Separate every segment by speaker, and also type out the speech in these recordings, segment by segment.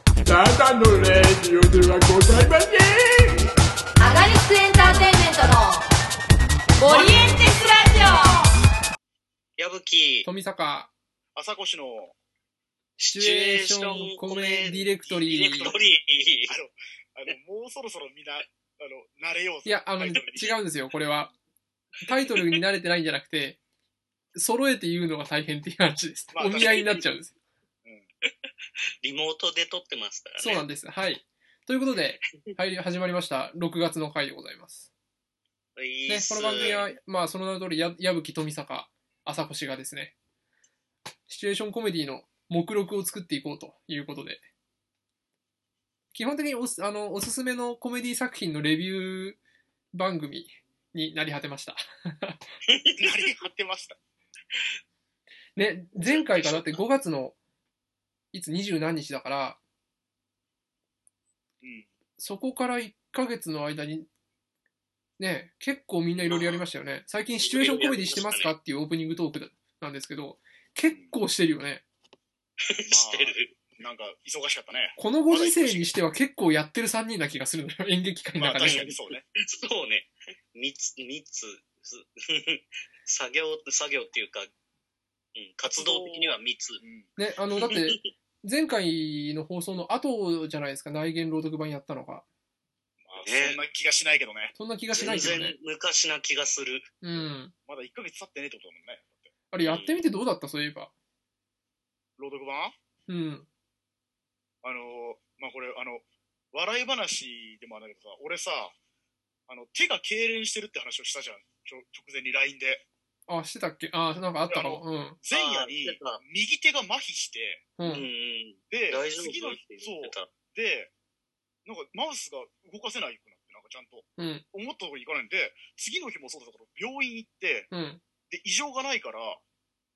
Speaker 1: カのレディオではございません
Speaker 2: アガリスクエンターテインメントのオリエンテスラ
Speaker 3: 矢吹、
Speaker 4: 富坂
Speaker 3: 朝越の
Speaker 4: シチュエーションコメディレクトリー
Speaker 3: ディレクトリー
Speaker 5: あの、もうそろそろみんな、あの、慣れよう
Speaker 4: いやあの
Speaker 5: タ
Speaker 4: 違
Speaker 5: イトルに
Speaker 4: うんですよこれはタイトルに慣れてないんじゃなくて揃えて言うのが大変っていう話です、
Speaker 5: まあ
Speaker 4: お見合いになっちゃうんです
Speaker 3: リモートで撮ってますからね。
Speaker 4: そうなんですはいということで、はい、始まりました6月の回でございます、
Speaker 3: いい
Speaker 4: ね
Speaker 3: っ、す
Speaker 4: この番組は、まあ、その名の通りや矢吹富坂朝越がですねシチュエーションコメディの目録を作っていこうということで基本的におすあのおすすめのコメディ作品のレビュー番組になり果てました
Speaker 5: なり張ってました。
Speaker 4: ね、前回からだって5月のいつ二十何日だから、
Speaker 5: うん
Speaker 4: そこから1ヶ月の間に、ね、結構みんないろいろやりましたよね。最近シチュエーションコメディしてますかっていうオープニングトークだなんですけど、結構してるよね。
Speaker 3: してる。
Speaker 5: なんか、忙しかっ たね。
Speaker 4: このご時世にしては結構やってる3人な気がするのよ、 演劇界の
Speaker 5: まあ、
Speaker 4: 中で。
Speaker 5: 確かにそうね。
Speaker 3: そうね。三つ、三つ、す 作業、作業っていうか、うん、活動的には三つ。
Speaker 5: うん。
Speaker 4: ね、あの、だって、前回の放送の後じゃないですか、内言朗読版やったのが。
Speaker 5: まあ、
Speaker 3: ね
Speaker 5: そんな気がしないけどね。
Speaker 4: そんな気がしない
Speaker 3: 全
Speaker 4: けど
Speaker 3: 然
Speaker 4: ね。
Speaker 3: 昔な気がする。
Speaker 4: うん。
Speaker 5: まだ1ヶ月経ってねえってことだもんね。
Speaker 4: あれやってみてどうだったそういえば。
Speaker 5: 朗読版
Speaker 4: うん。
Speaker 5: あの、まあ、これ、あの、笑い話でもあるんだけどさ、俺さ、あの、手が痙攣してるって話をしたじゃん。ちょ直前に LINE で。
Speaker 4: あ、してたっけあ、なんかあったかも。
Speaker 5: 前夜に
Speaker 3: あーしてた、
Speaker 5: 右手が麻痺して、
Speaker 4: うん。う。
Speaker 3: うんうんん。
Speaker 5: で
Speaker 3: 大、丈夫
Speaker 5: 次の
Speaker 3: っ
Speaker 5: 日
Speaker 3: て、言
Speaker 5: そ
Speaker 3: って
Speaker 5: う、
Speaker 3: た。
Speaker 5: で、なんかマウスが動かせないくなって、なんかちゃんと、
Speaker 4: うん
Speaker 5: 思ったところに行かないんで、次の日もそうだったから、病院行って、
Speaker 4: うん。
Speaker 5: で、異常がないから、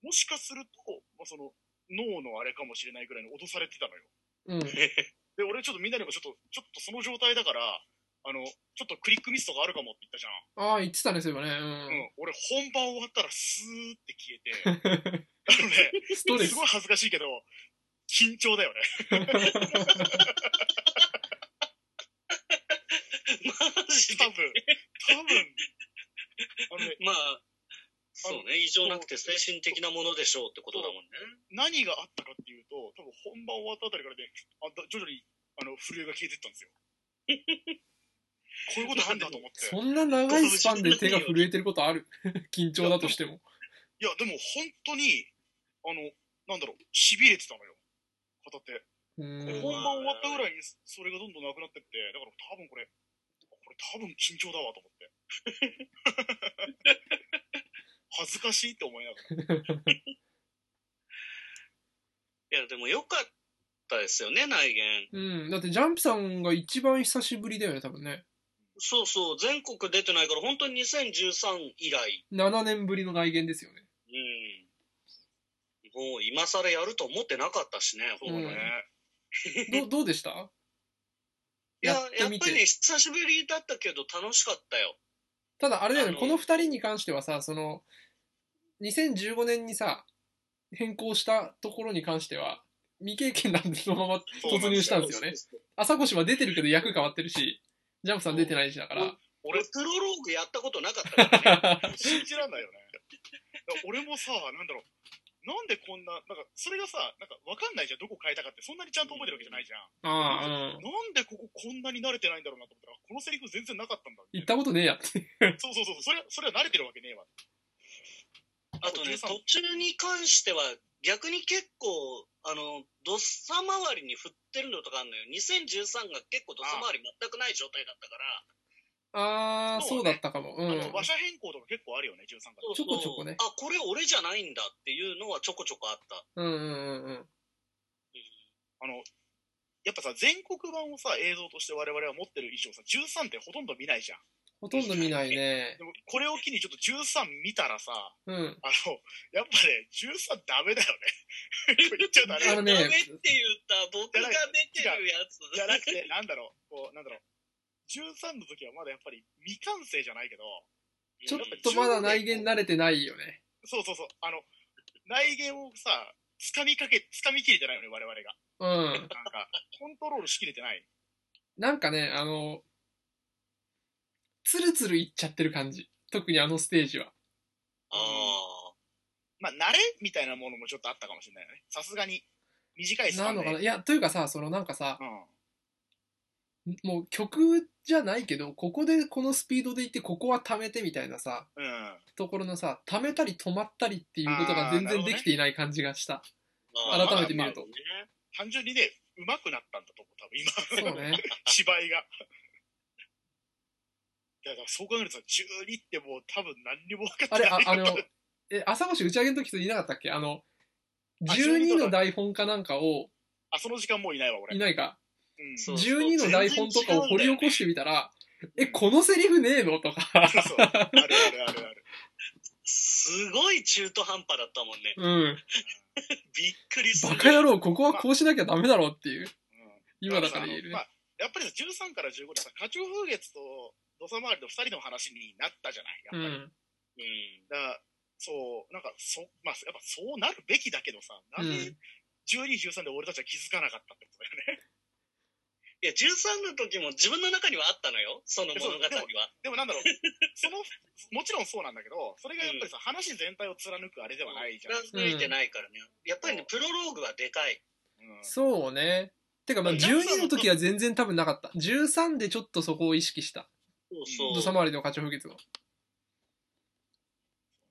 Speaker 5: もしかすると、まあ、その、脳のあれかもしれないぐらいに脅されてたのよ。
Speaker 4: うん。
Speaker 5: で、俺ちょっとみんなにもちょっと、ちょっとその状態だから、あの、ちょっとクリックミスとかあるかもって言ったじゃん。
Speaker 4: ああ、言ってたね、そういえばね。
Speaker 5: うん。俺本番終わったらスーって消えて、あのね、
Speaker 4: うん。ストレス
Speaker 5: す。ごい恥ずかしいけど、緊張だよね。
Speaker 3: マジで
Speaker 5: 多。分、多分、あのね、
Speaker 3: まあ、そうね。異常なくて精神的なものでしょうってことだもんね。
Speaker 5: 何があったかっていうと、多分本番終わったあたりからね、あだ徐々にあの震えが消えてったんですよ。こういうことあんだと思って。
Speaker 4: そんな長いスパンで手が震えてることある 緊張だとしても。
Speaker 5: いや、でも本当に、あの、なんだろう、痺れてたのよ。片手。
Speaker 4: う
Speaker 5: で
Speaker 4: ん
Speaker 5: 本。番終わったぐらいに、それがどんどんなくなってって、だから多分これ、これ多分緊張だわと思って。 恥ずかしいって思いながら。
Speaker 3: いや、でもよかったですよね、内言。
Speaker 4: うん。だって、ジャンプさんが一番久しぶりだよね、多分ね。
Speaker 3: そうそう、全国出てないから、本当に2013以来、
Speaker 4: 7年ぶりの来言ですよね。
Speaker 3: うん。もう今更やると思ってなかったしね、ほぼね。
Speaker 4: うん
Speaker 3: い
Speaker 5: ね
Speaker 4: どうどうでした
Speaker 3: や、
Speaker 4: やって
Speaker 3: やっ
Speaker 4: み
Speaker 3: ぱり
Speaker 4: て
Speaker 3: ね、。久しぶりだったけど楽しかったよ。
Speaker 4: ただ、あれだよ
Speaker 3: あ
Speaker 4: ね、
Speaker 3: の
Speaker 4: この2人に関してはさ、その、2015年にさ、変更したところに関しては、未経験なんでそのまま突入したんですよね。朝越は出てるけど役変わってるし、ジャンプさん出てないしだ から。
Speaker 3: 俺、プロローグやったことなかったからね。
Speaker 5: 信じらんないよね。だから俺もさ、なんだろう、なんでこんな、なんか、それがさ、なんか、わかんないじゃん、どこ変えたかって、そんなにちゃんと覚えてるわけじゃないじゃん。
Speaker 4: ああ、うん。
Speaker 5: なんでこここんなに慣れてないんだろうなと思ったら、このセリフ全然なかったんだ
Speaker 4: 行
Speaker 5: み
Speaker 4: った
Speaker 5: いな
Speaker 4: たことねえやって。
Speaker 5: そうそうそう、それは、それは慣れてるわけねえわ。
Speaker 3: あとね、
Speaker 5: 13
Speaker 3: 途中に関しては、逆に結構、あの、ドッサ周りに振ってるのとかあるのよ。2013が結構ドッサ周り全くない状態だったから、
Speaker 4: ああ、
Speaker 5: そ
Speaker 4: そう
Speaker 5: う
Speaker 4: だ
Speaker 5: ね
Speaker 4: ったかも。う
Speaker 5: あ
Speaker 4: ん
Speaker 5: の。馬車変更とか結構あるよね、13から。
Speaker 4: ちょこちょこね
Speaker 3: あ、これ俺じゃないんだっていうのはちょこちょこあった。
Speaker 4: うんうんうん
Speaker 5: あの、やっぱさ、全国版をさ、映像として我々は持ってる以上さ、13ってほとんど見ないじゃん。
Speaker 4: ほとんど見ないね。
Speaker 5: でも、これを機にちょっと13見たらさ、
Speaker 4: うん。
Speaker 5: あの、やっぱね、13ダメだよね。これ言っちゃうとあれだ
Speaker 4: あ
Speaker 5: けど
Speaker 4: のね
Speaker 3: ダメって言った僕が出てるやつ。
Speaker 5: じゃなくて、なんだろう、こう、なんだろう、13の時はまだやっぱり未完成じゃないけど、
Speaker 4: ちょっとまだ内言慣れてないよね。
Speaker 5: そうそうそう、あの、内言をさ、掴みかけ、掴みきれてないよね、我々が。
Speaker 4: うん。
Speaker 5: なんか、コントロールしきれてない。
Speaker 4: なんかね、あの、つるつるいっちゃってる感じ。特にあのステージは。
Speaker 3: ああ。
Speaker 5: まあ、慣れみたいなものもちょっとあったかもしれないよね。さすがに、短いスパ
Speaker 4: な
Speaker 5: ン
Speaker 4: の
Speaker 5: で。
Speaker 4: かないや、というかさ、そのなんかさ、
Speaker 5: うん。
Speaker 4: もう曲じゃないけど、ここでこのスピードで行って、ここは溜めてみたいなさ、
Speaker 5: うん。
Speaker 4: ところのさ、溜めたり止まったりっていうことが全
Speaker 5: あーなる
Speaker 4: 然
Speaker 5: ほど
Speaker 4: で
Speaker 5: ね
Speaker 4: きていない感じがした。
Speaker 3: まあ
Speaker 4: 改めて見ると
Speaker 3: まあまあね
Speaker 5: 単純にね、上手くなったんだと思う、多分今。
Speaker 4: そうね。
Speaker 5: 芝居が。いや、だからそう考えるとさ、12ってもう多分何にも分
Speaker 4: あ
Speaker 5: かっ
Speaker 4: れ、
Speaker 5: て
Speaker 4: あ
Speaker 5: ない。
Speaker 4: あの、え、朝越打ち上げの時と言いなかったっけあの、12の台本かなんかを、
Speaker 5: あ、その時間もういないわ、俺。
Speaker 4: いないか、
Speaker 5: うん。
Speaker 3: そう
Speaker 4: 12の台本とかを掘り起こしてみたら、え、このセリフねえのと か。
Speaker 5: そうそう。あるあるあるある。
Speaker 3: すごい中途半端だったもんね。
Speaker 4: うん。
Speaker 3: びっくりする。
Speaker 4: バカ野郎、ここはこうしなきゃダメだろっていう。
Speaker 5: うん
Speaker 4: 今だから言える
Speaker 5: ま
Speaker 4: ね。
Speaker 5: あ、やっぱりさ、13から15でさ、花鳥風月と土佐回りの2人の話になったじゃな
Speaker 4: う
Speaker 5: い、やっぱり。
Speaker 4: ん。
Speaker 3: うん。
Speaker 5: だからそう、なんか、そう、まあ、やっぱそうなるべきだけどさ、なん
Speaker 4: う
Speaker 5: で
Speaker 4: ん
Speaker 5: 12、13で俺たちは気づかなかったってことだよね。
Speaker 3: いや、13の時も自分の中にはあったのよ。その物語は。
Speaker 5: でもなんだろう、その、もちろんそうなんだけど、それがやっぱりさ、話全体を貫くあれではないじゃん。
Speaker 3: 貫いてないからね。やっぱりね、プロローグはでかい。
Speaker 5: うん
Speaker 4: そうね。てかまあ
Speaker 5: うんジャンプさん
Speaker 4: 12の時は全然多分なかった。13でちょっとそこを意識した。
Speaker 3: そう
Speaker 4: 土
Speaker 3: そ
Speaker 4: 佐
Speaker 3: う。
Speaker 4: 回りの課長風月は。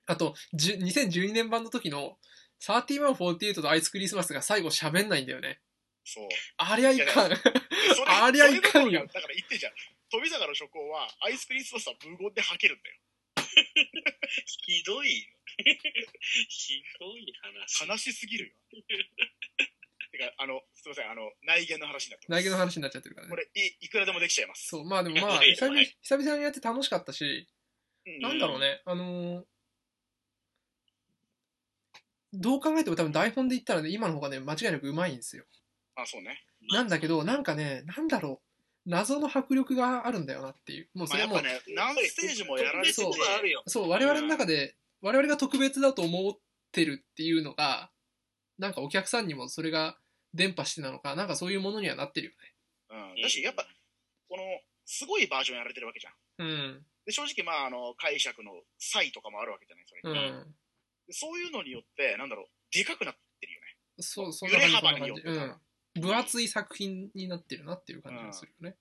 Speaker 4: あと、じゅ2012年版の時の3148とアイスクリスマスが最後喋んないんだよね。
Speaker 5: そう。
Speaker 4: ありゃいかん。
Speaker 5: でそ
Speaker 4: ありゃいかんよ
Speaker 5: それどころかだから言ってんじゃん。富坂の諸行は、アイスクリスマスは無言で吐けるんだよ。
Speaker 3: ひどいよ。ひどい話。
Speaker 5: 悲しすぎるよ。 てか、あの、すみません、あの、内言の話になってます
Speaker 4: 内毛の話になっちゃってるから
Speaker 5: こ
Speaker 4: ね。
Speaker 5: れい、いくらでもできちゃいます。
Speaker 4: そう、まあでもまあ、
Speaker 3: いや
Speaker 4: 久々に久々にやって楽しかったし、
Speaker 5: うん
Speaker 4: なんだろうね、あのーどう考えても多分台本で言ったらね、今の方がね、間違いなくうまいんですよ。
Speaker 5: あ、そうね。
Speaker 4: なんだけど、なんかね、なんだろう、謎の迫力があるんだよなっていう。もうそ
Speaker 5: まあ、
Speaker 4: れ
Speaker 5: や
Speaker 4: は
Speaker 5: っ
Speaker 4: もう、
Speaker 5: ぱね、何ステージもやられてて、
Speaker 4: そう
Speaker 3: 特別なことがあるよ。
Speaker 4: そう、我々の中で、我々が特別だと思ってるっていうのが、なんかお客さんにもそれが伝播してなのか、なんかそういうものにはなってるよ
Speaker 5: うん、だし、やっぱ、この、すごいバージョンやられてるわけじゃん。
Speaker 4: ね。
Speaker 5: で、正直、まあ、あの、解釈の差異とかもあるわけじゃない、それ、
Speaker 4: うん。うん。
Speaker 5: でそういうのによって、なんだろう、でかくなってるよね。
Speaker 4: そう、そん
Speaker 5: 揺
Speaker 4: な感じ、
Speaker 5: れ
Speaker 4: そん
Speaker 5: 幅
Speaker 4: な
Speaker 5: に
Speaker 4: 感
Speaker 5: よっ
Speaker 4: じ。
Speaker 5: て
Speaker 4: う
Speaker 5: か
Speaker 4: ん
Speaker 5: な。
Speaker 4: 分厚い作品になってるなっていう感じがするよね。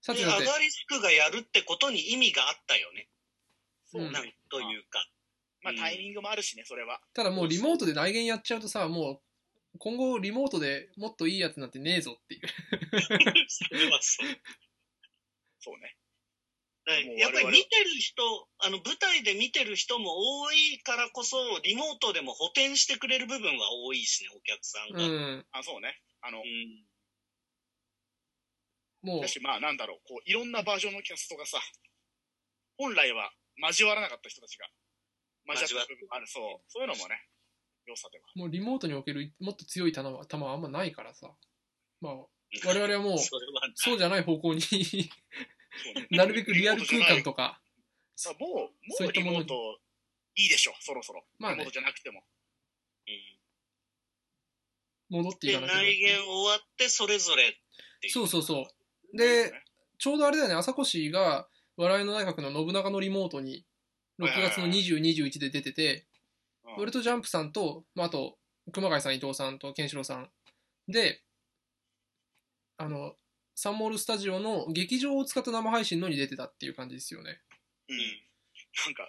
Speaker 4: さっ
Speaker 3: で
Speaker 4: き
Speaker 3: ア
Speaker 4: だって、
Speaker 3: ガリスクがやるってことに意味があったよね。
Speaker 4: うん
Speaker 3: なんというか。
Speaker 5: まあ
Speaker 3: う、ん
Speaker 5: タイミングもあるしね、それは。
Speaker 4: ただもうリモートで内言やっちゃうとさ、もう今後リモートでもっといいやつなんてねえぞっていう。
Speaker 3: それはそう
Speaker 5: そうね。
Speaker 3: はいやっぱり見てる人、あの舞台で見てる人も多いからこそ、リモートでも補填してくれる部分は多いしね、お客さん
Speaker 4: う
Speaker 3: が。うん
Speaker 4: ん。
Speaker 5: あ、そうね。あの、
Speaker 4: も
Speaker 5: だし、まあ、なんだろう、こう、いろんなバージョンのキャストがさ、本来は交わらなかった人たちが、交わった部分もある、そう。そういうのもね、良さではあ
Speaker 4: う、もうリモートにおけるもっと強い球は球はあんまないからさ。まあ、我々はもう、
Speaker 3: それは
Speaker 4: そうじゃない方 向に、
Speaker 5: る。そうね
Speaker 4: なるべくリアル空間とか、
Speaker 5: さあもう、
Speaker 4: そういう
Speaker 5: も
Speaker 4: っ
Speaker 5: リ
Speaker 4: たもの
Speaker 5: モ
Speaker 4: に
Speaker 5: ートいいでしょ、そろそろ。
Speaker 4: まあね
Speaker 5: リモートじゃなくても。
Speaker 3: うん
Speaker 4: 戻ってい
Speaker 3: で、
Speaker 4: かなきゃいけな
Speaker 3: 内
Speaker 4: い。
Speaker 3: 言終わって、それぞれってい
Speaker 4: そうそうそう。
Speaker 5: そう
Speaker 4: で
Speaker 5: ね、
Speaker 4: ちょうどあれだよね、朝越が、笑いの内閣の信長のリモートに、6月の
Speaker 5: はいはい
Speaker 4: 20、21で出てて、
Speaker 5: うん
Speaker 4: 俺とジャンプさんと、まあ、あと、熊谷さん、伊藤さんと、ケンシロウさんで、あの、サンモールスタジオの劇場を使った生配信のに出てたっていう感じですよね。
Speaker 5: うんなんか、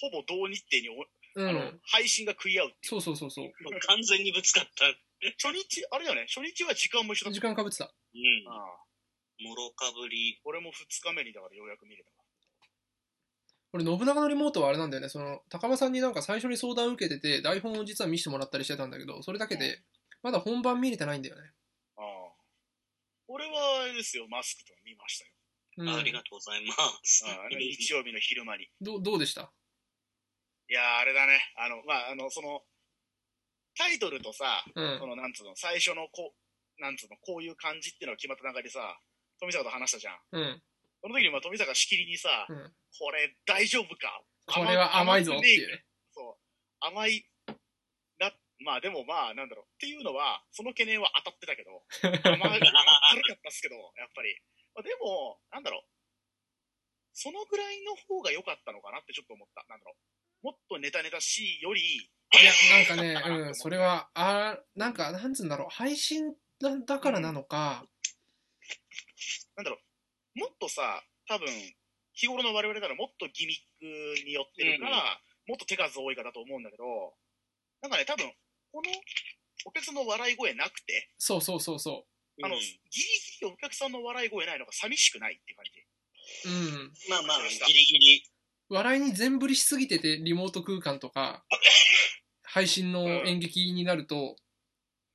Speaker 5: ほぼ同日程にお、
Speaker 4: う
Speaker 5: あの
Speaker 4: ん。
Speaker 5: 配信が食い合うっていう。
Speaker 4: そうそうそうそう。
Speaker 3: 完全にぶつかった。
Speaker 5: 初日、あれだよね、初日は時間も一緒だった
Speaker 4: 時間かぶってた。
Speaker 3: うん。
Speaker 5: ああ
Speaker 3: もろかぶり。
Speaker 5: 俺も2日目にだからようやく見れたわ。
Speaker 4: 俺、信長のリモートはあれなんだよね。その、高間さんになんか最初に相談受けてて、台本を実は見せてもらったりしてたんだけど、それだけで、まだ本番見れてないんだよね。
Speaker 5: ああ俺は、あれですよ、マスクとか見ましたよ。
Speaker 4: うん。
Speaker 3: ありがとうございます。
Speaker 5: ああれ日曜日の昼間に。
Speaker 4: どうどうでした
Speaker 5: いやー、あれだね。あの、まあ、あの、その、タイトルとさ、
Speaker 4: うん
Speaker 5: そ。の、なんつうの、最初のこう、なんつうの、こういう感じっていうのが決まった中でさ、富坂と話したじゃん。
Speaker 4: うん。
Speaker 5: その時に、まあ、富坂しきりにさ、
Speaker 4: うん。
Speaker 5: これ大丈夫か
Speaker 4: これは甘いぞっていうね。
Speaker 5: そう。甘い、な、まあでもまあ、なんだろう。っていうのは、その懸念は当たってたけど、まあ、軽かったっすけど、やっぱり。まあ、でも、なんだろう。そのぐらいの方が良かったのかなってちょっと思った。なんだろう。もっとネタネタしいより、
Speaker 4: いや、なんかね、うん、それは、あーなんか、なんつうんだろう、配信だだからなのか、
Speaker 5: なんだろう、もっとさ、多分日頃の我々ならもっとギミックによってるか、
Speaker 3: うんうん
Speaker 5: もっと手数多いかだと思うんだけど、なんかね、多分このお客さんの笑い声なくて、
Speaker 4: そうそうそうそ
Speaker 5: あの、
Speaker 3: うん
Speaker 5: ギリギリお客さんの笑い声ないのが寂しくないって感
Speaker 4: う。
Speaker 5: じ。
Speaker 4: うん。
Speaker 3: まあまあ、ギリギリ。
Speaker 4: 笑いに全振りしすぎてて、リモート空間とか、配信の演劇になると、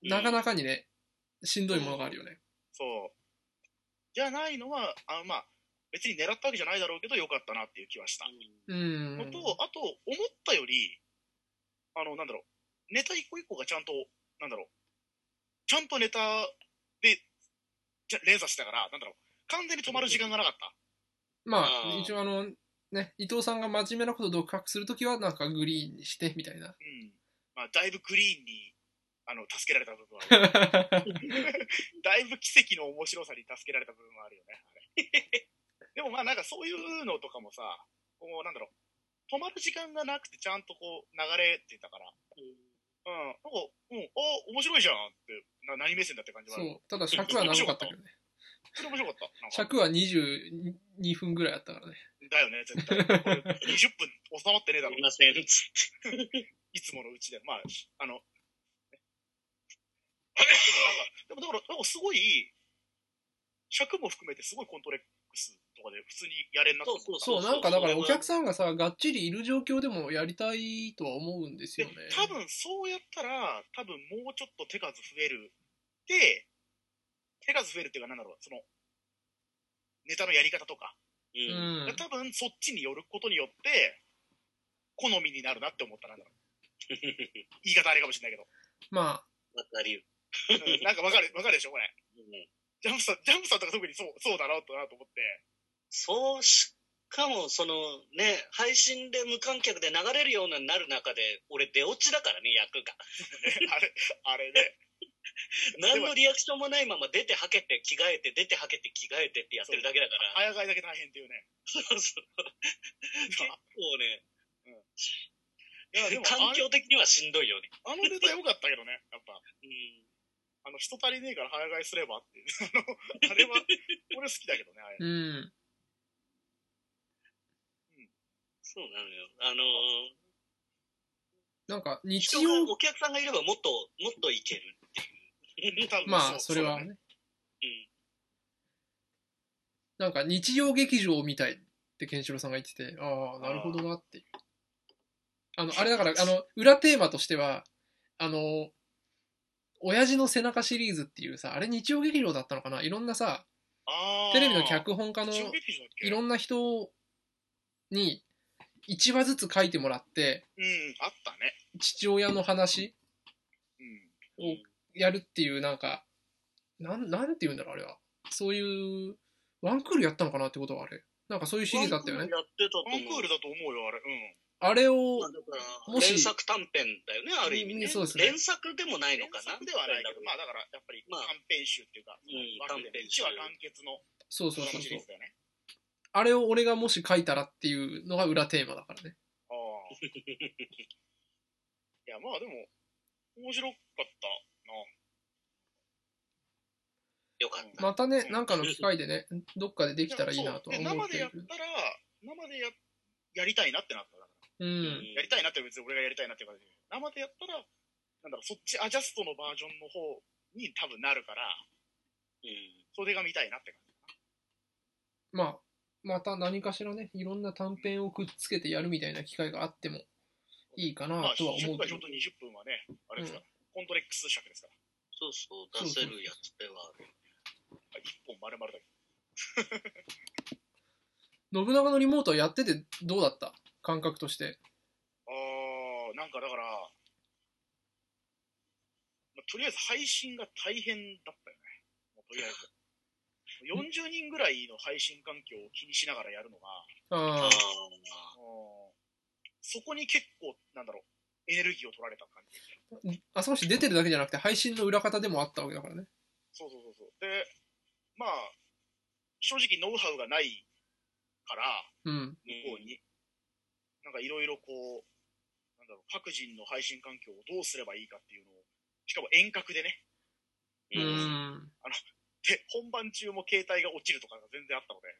Speaker 4: なかなかにね、しんどいものがあるよね。
Speaker 5: そう。じゃないのは、あのまあ、別に狙ったわけじゃないだろうけど、良かったなっていう気はした。
Speaker 4: うん。
Speaker 5: のと、あと、思ったより、あの、なんだろう、ネタ一個一個がちゃんと、なんだろう、ちゃんとネタで、じゃ連鎖したから、なんだろう、完全に止まる時間がなかった。
Speaker 4: まあ
Speaker 3: あ、ー
Speaker 4: 一応あの、ね、伊藤さんが真面目なことを独白するときは、なんかグリーンにして、みた いな。
Speaker 5: うん。まあ、だいぶグリーンに、あの、助けられた部分はある。 だいぶ奇跡の面白さに助けられた部分はあるよね、あれ。で もまあ、なんかそういうのとかもさ、こう、なんだろう、止まる時間がなくて、ちゃんとこう、流れてたから、うん、なんか、うん、あ、面白いじゃんって、な何目線だって感じはあ
Speaker 4: そ
Speaker 5: る。
Speaker 4: う。ただ尺は長かったけ どね。
Speaker 5: それ面白かった。なんか
Speaker 4: 尺は22分ぐらいあったからね。
Speaker 5: だよね、絶対。 これ20分収まってねえだ
Speaker 3: あ
Speaker 5: ろ
Speaker 3: り。ません。つって
Speaker 5: いつものうちで。まあ、あの。でもなんか、でもだから、なんかすごい、尺も含めてすごいコントレックスとかで普通にやれんなと思った
Speaker 4: そう、なんかだからお客
Speaker 3: ん。
Speaker 4: さんがさ、がっちりいる状況でもやりたいとは思うんです
Speaker 5: で
Speaker 4: よね。
Speaker 5: 多分そうやったら、多分もうちょっと手数増える。で、手数増えるっていうか、なんだろう、その、ネタのやり方とか。
Speaker 3: うん
Speaker 4: うん。
Speaker 5: 多分そっちによることによって、好みになるなって思ったな。 なんだろう言い方あれかもしれないけど。
Speaker 4: まあ、
Speaker 3: わかるよ。
Speaker 5: うんなんかわかる、わかるでしょ、これ。
Speaker 3: うん
Speaker 5: ジャンプさん、ジャンプさんとか特にそう、そうだろうとなと思って。
Speaker 3: そう、しかも、そのね、配信で無観客で流れるようになる中で、俺出落ちだからね、役が。
Speaker 5: あれ、あれね。
Speaker 3: 何のリアクションもないまま出てはけて着替えて、出てはけて着替えてってやってるだけだから。
Speaker 5: あやがいだけ大変っていうね。
Speaker 3: そうそう結構ね、
Speaker 5: いや、でも、
Speaker 3: 環
Speaker 5: あれ
Speaker 3: 境的にはしんどいよね。
Speaker 5: あのネタ良かったけどね、やっぱ。
Speaker 3: うん
Speaker 5: あの、人足りねえから早替えすればっていう。 あの、あれは、俺好きだけどね、あれ。
Speaker 4: うん。
Speaker 3: そうなのよ。あのー
Speaker 4: なんか日
Speaker 3: 人
Speaker 4: 曜
Speaker 3: が、お客さんがいればもっと、もっといける。
Speaker 5: 多分
Speaker 4: まあ、それは
Speaker 5: うだね
Speaker 4: ね。なんか日曜劇場みたいってケンシロウさんが言ってて、ああ、なるほどなっていう。あ の、あれだから、あの、裏テーマとしては、あの、親父の背中シリーズっていうさ、あれ日曜劇場だったのかないろんなさ、
Speaker 5: あー
Speaker 4: テレビの脚本家の
Speaker 5: 衝撃場だっけ
Speaker 4: いろんな人に1話ずつ書いてもらって、
Speaker 5: うん、あったね。
Speaker 4: 父親の話
Speaker 5: うん。
Speaker 4: をやるっていう、なんか、なん、なんて言うんだろう、あれは。そういう、ワンクールやったのかなってことはあれ。なんかそういうシリーズだったよ
Speaker 3: ワン
Speaker 4: ね
Speaker 3: ク。ールやってたと
Speaker 5: ワ
Speaker 3: 思う。
Speaker 5: ンクールだと思うよ、あれ。うん。
Speaker 4: あれを
Speaker 3: まあ、だから
Speaker 4: もし
Speaker 3: 連作短編だよね、ある意味
Speaker 4: う
Speaker 3: ね。
Speaker 4: んそうですね
Speaker 3: 連作でもないのかな。
Speaker 5: 連作ではないけど、まあ
Speaker 3: だ
Speaker 5: だから、やっぱり
Speaker 3: まあ
Speaker 5: 短編集っていうか、
Speaker 3: うん
Speaker 5: ワンクールで一話完結の
Speaker 4: そうそう
Speaker 5: ドラ
Speaker 4: そう
Speaker 5: マシ
Speaker 4: そ
Speaker 5: リ
Speaker 4: う
Speaker 5: ーズ。だよね。
Speaker 4: あれを俺がもし書いたらっていうのが裏テーマだからね。
Speaker 5: ああ。いや、まあでも、面白かったな。
Speaker 3: よかった。
Speaker 4: またね、なんかの機会でね、どっかでできたらいいなとは
Speaker 5: そうで
Speaker 4: 思っ
Speaker 5: 生
Speaker 4: て
Speaker 5: でや
Speaker 4: る
Speaker 5: っ。たら、生でややりたいなってなった。
Speaker 4: う。
Speaker 3: うん
Speaker 5: やりたいなって別に俺がやりたいなって感じで。生でやったら、なんだろう、そっちアジャストのバージョンの方に多分なるから、
Speaker 3: うん
Speaker 5: それが見たいなって感じ。
Speaker 4: まあ、また何かしらね、いろんな短編をくっつけてやるみたいな機会があってもいいか
Speaker 5: ま
Speaker 4: な
Speaker 5: あ、
Speaker 4: とは思
Speaker 5: 10
Speaker 4: う
Speaker 5: 分
Speaker 4: け
Speaker 5: ちょ
Speaker 4: ど
Speaker 5: う。ど20分はね、あれですから、コントレックス尺ですから。
Speaker 3: そうそう、出せるやつではある。
Speaker 5: 1本丸々だけど。
Speaker 4: 信長のリモートはやっててどうだった感覚として。
Speaker 5: あー、なんかだから、まあ、とりあえず配信が大変だったよね。もうとりあえず。40人ぐらいの配信環境を気にしながらやるのが、
Speaker 4: あ
Speaker 3: あ
Speaker 4: あ、
Speaker 3: ー
Speaker 5: そこに結構、なんだろう、エネルギーを取られた感じ。
Speaker 4: 朝越出てるだけじゃなくて、配信の裏方でもあったわけだからね。
Speaker 5: そうそうそうそう。で、まあ、正直ノウハウがないから、
Speaker 4: うん。
Speaker 5: 向こうに、なんかいろいろこう、なんだろう、各人の配信環境をどうすればいいかっていうのを、しかも遠隔でね、
Speaker 4: う
Speaker 3: うん。
Speaker 4: ん。
Speaker 5: で、本番中も携帯が落ちるとかが全然あったので、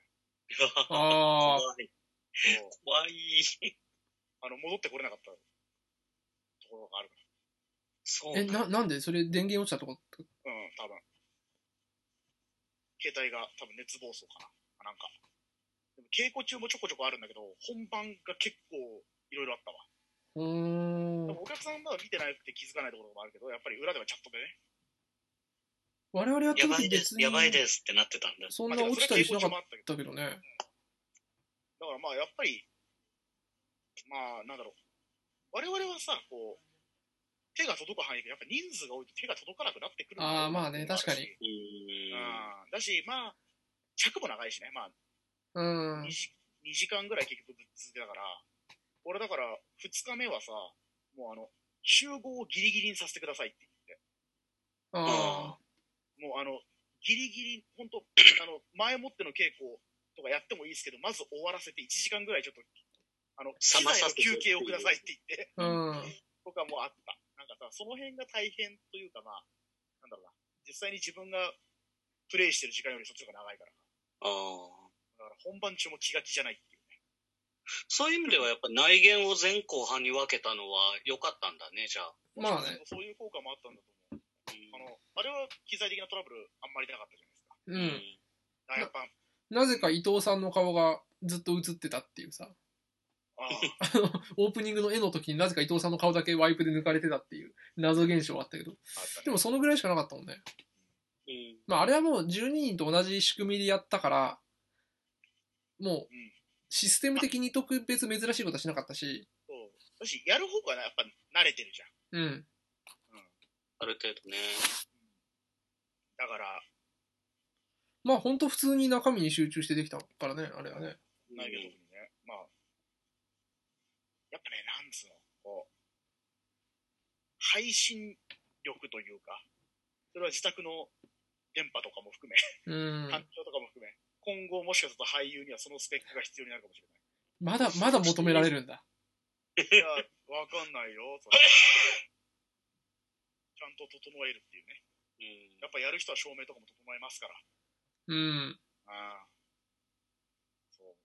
Speaker 4: ああ、
Speaker 3: 怖い。
Speaker 5: そう
Speaker 3: 怖い。
Speaker 5: あの、戻ってこれなかったところがあるか
Speaker 3: そう
Speaker 4: え、
Speaker 3: なんだ。
Speaker 4: な、なんでそれ電源落ちたとこ
Speaker 5: ら。うん、多分。携帯が多分熱暴走かな。あなんか。でも稽古中もちょこちょこあるんだけど、本番が結構いろいろあったわ。
Speaker 4: うーん。
Speaker 5: 多分お客さんは見てなくて気づかないところもあるけど、やっぱり裏ではチャットでね。
Speaker 4: 我々やった
Speaker 3: やばい
Speaker 4: 時
Speaker 3: です
Speaker 4: 別、に、
Speaker 3: やばいですってなってたんだ。
Speaker 4: そん
Speaker 5: まあ
Speaker 4: な
Speaker 5: てか
Speaker 4: 落ちたりしなかっ
Speaker 5: それは稽
Speaker 4: たけ
Speaker 5: 古中もあったけど
Speaker 4: どね。
Speaker 5: だからまあやっぱり、まあなんだろう。我々はさ、こう、手が届く範囲で、やっぱ人数が多いと手が届かなくなってくるんだ
Speaker 4: あー
Speaker 5: よ
Speaker 4: まあね確かに
Speaker 5: う
Speaker 3: うーん。
Speaker 5: ん。だし、まあ、尺も長いしね。まあ、
Speaker 4: うん
Speaker 5: 2。時 ,2 時間ぐらい結局ぶっ続けだから、俺だから2日目はさ、もうあの、集合をギリギリにさせてくださいって言って、
Speaker 4: あ
Speaker 5: もうあの、ギリギリ、本当 あの、前もっての稽古とかやってもいいですけど、まず終わらせて1時間ぐらいちょっと、あの、機
Speaker 3: 冷ま
Speaker 5: 材
Speaker 3: さ
Speaker 5: の
Speaker 3: せて
Speaker 5: 休憩をくださいって言って、
Speaker 4: あ。うん。
Speaker 5: とかもあった。なんかさ、その辺が大変というか、まあ、なんだろうな、実際に自分がプレイしてる時間よりそっちの方が長いから。
Speaker 3: ああ。
Speaker 5: だから本番中も気が気じゃないっていうね。
Speaker 3: そういう意味ではやっぱ内言を前後半に分けたのは良かったんだね、じゃあ。
Speaker 4: まあね。
Speaker 5: そういう効果もあったんだと思う。あ
Speaker 3: うん
Speaker 5: の、あれは機材的なトラブルあんまりなかったじゃないですか。
Speaker 4: う。
Speaker 3: うんん
Speaker 5: だからやっぱ、
Speaker 4: なぜか伊藤さんの顔がずっと映ってたっていうさ。
Speaker 5: あ あ、
Speaker 4: あのオープニングの絵の時になぜか伊藤さんの顔だけワイプで抜かれてたっていう謎現象はあったけど。
Speaker 5: あった
Speaker 4: で
Speaker 5: ね。
Speaker 4: もそのぐらいしかなかったもんね。
Speaker 3: うん
Speaker 4: まああれはもう12人と同じ仕組みでやったから、もう
Speaker 5: うん
Speaker 4: システム的に特別珍しいことはしなかったし、
Speaker 5: そう。だし、やる方がなやっぱ慣れてるじゃん。
Speaker 4: うん。
Speaker 3: ある程度ね。
Speaker 5: だから、
Speaker 4: まあ本当普通に中身に集中してできたからね、あれはね。
Speaker 5: 内容特にね、まあ、やっぱね、なんつうの、こう、配信力というか、それは自宅の電波とかも含め、
Speaker 4: うん。
Speaker 5: 環境とかも含め、今後もしかすると俳優にはそのスペックが必要になるかもしれな
Speaker 4: ま
Speaker 5: い。
Speaker 4: だ、まだ求められるんだ。
Speaker 5: いや、わかんないよ、 それちゃんと整えるっていうね。
Speaker 3: うん
Speaker 5: やっぱやる人は照明とかも整えますから。
Speaker 4: うん。
Speaker 5: ああ。そう。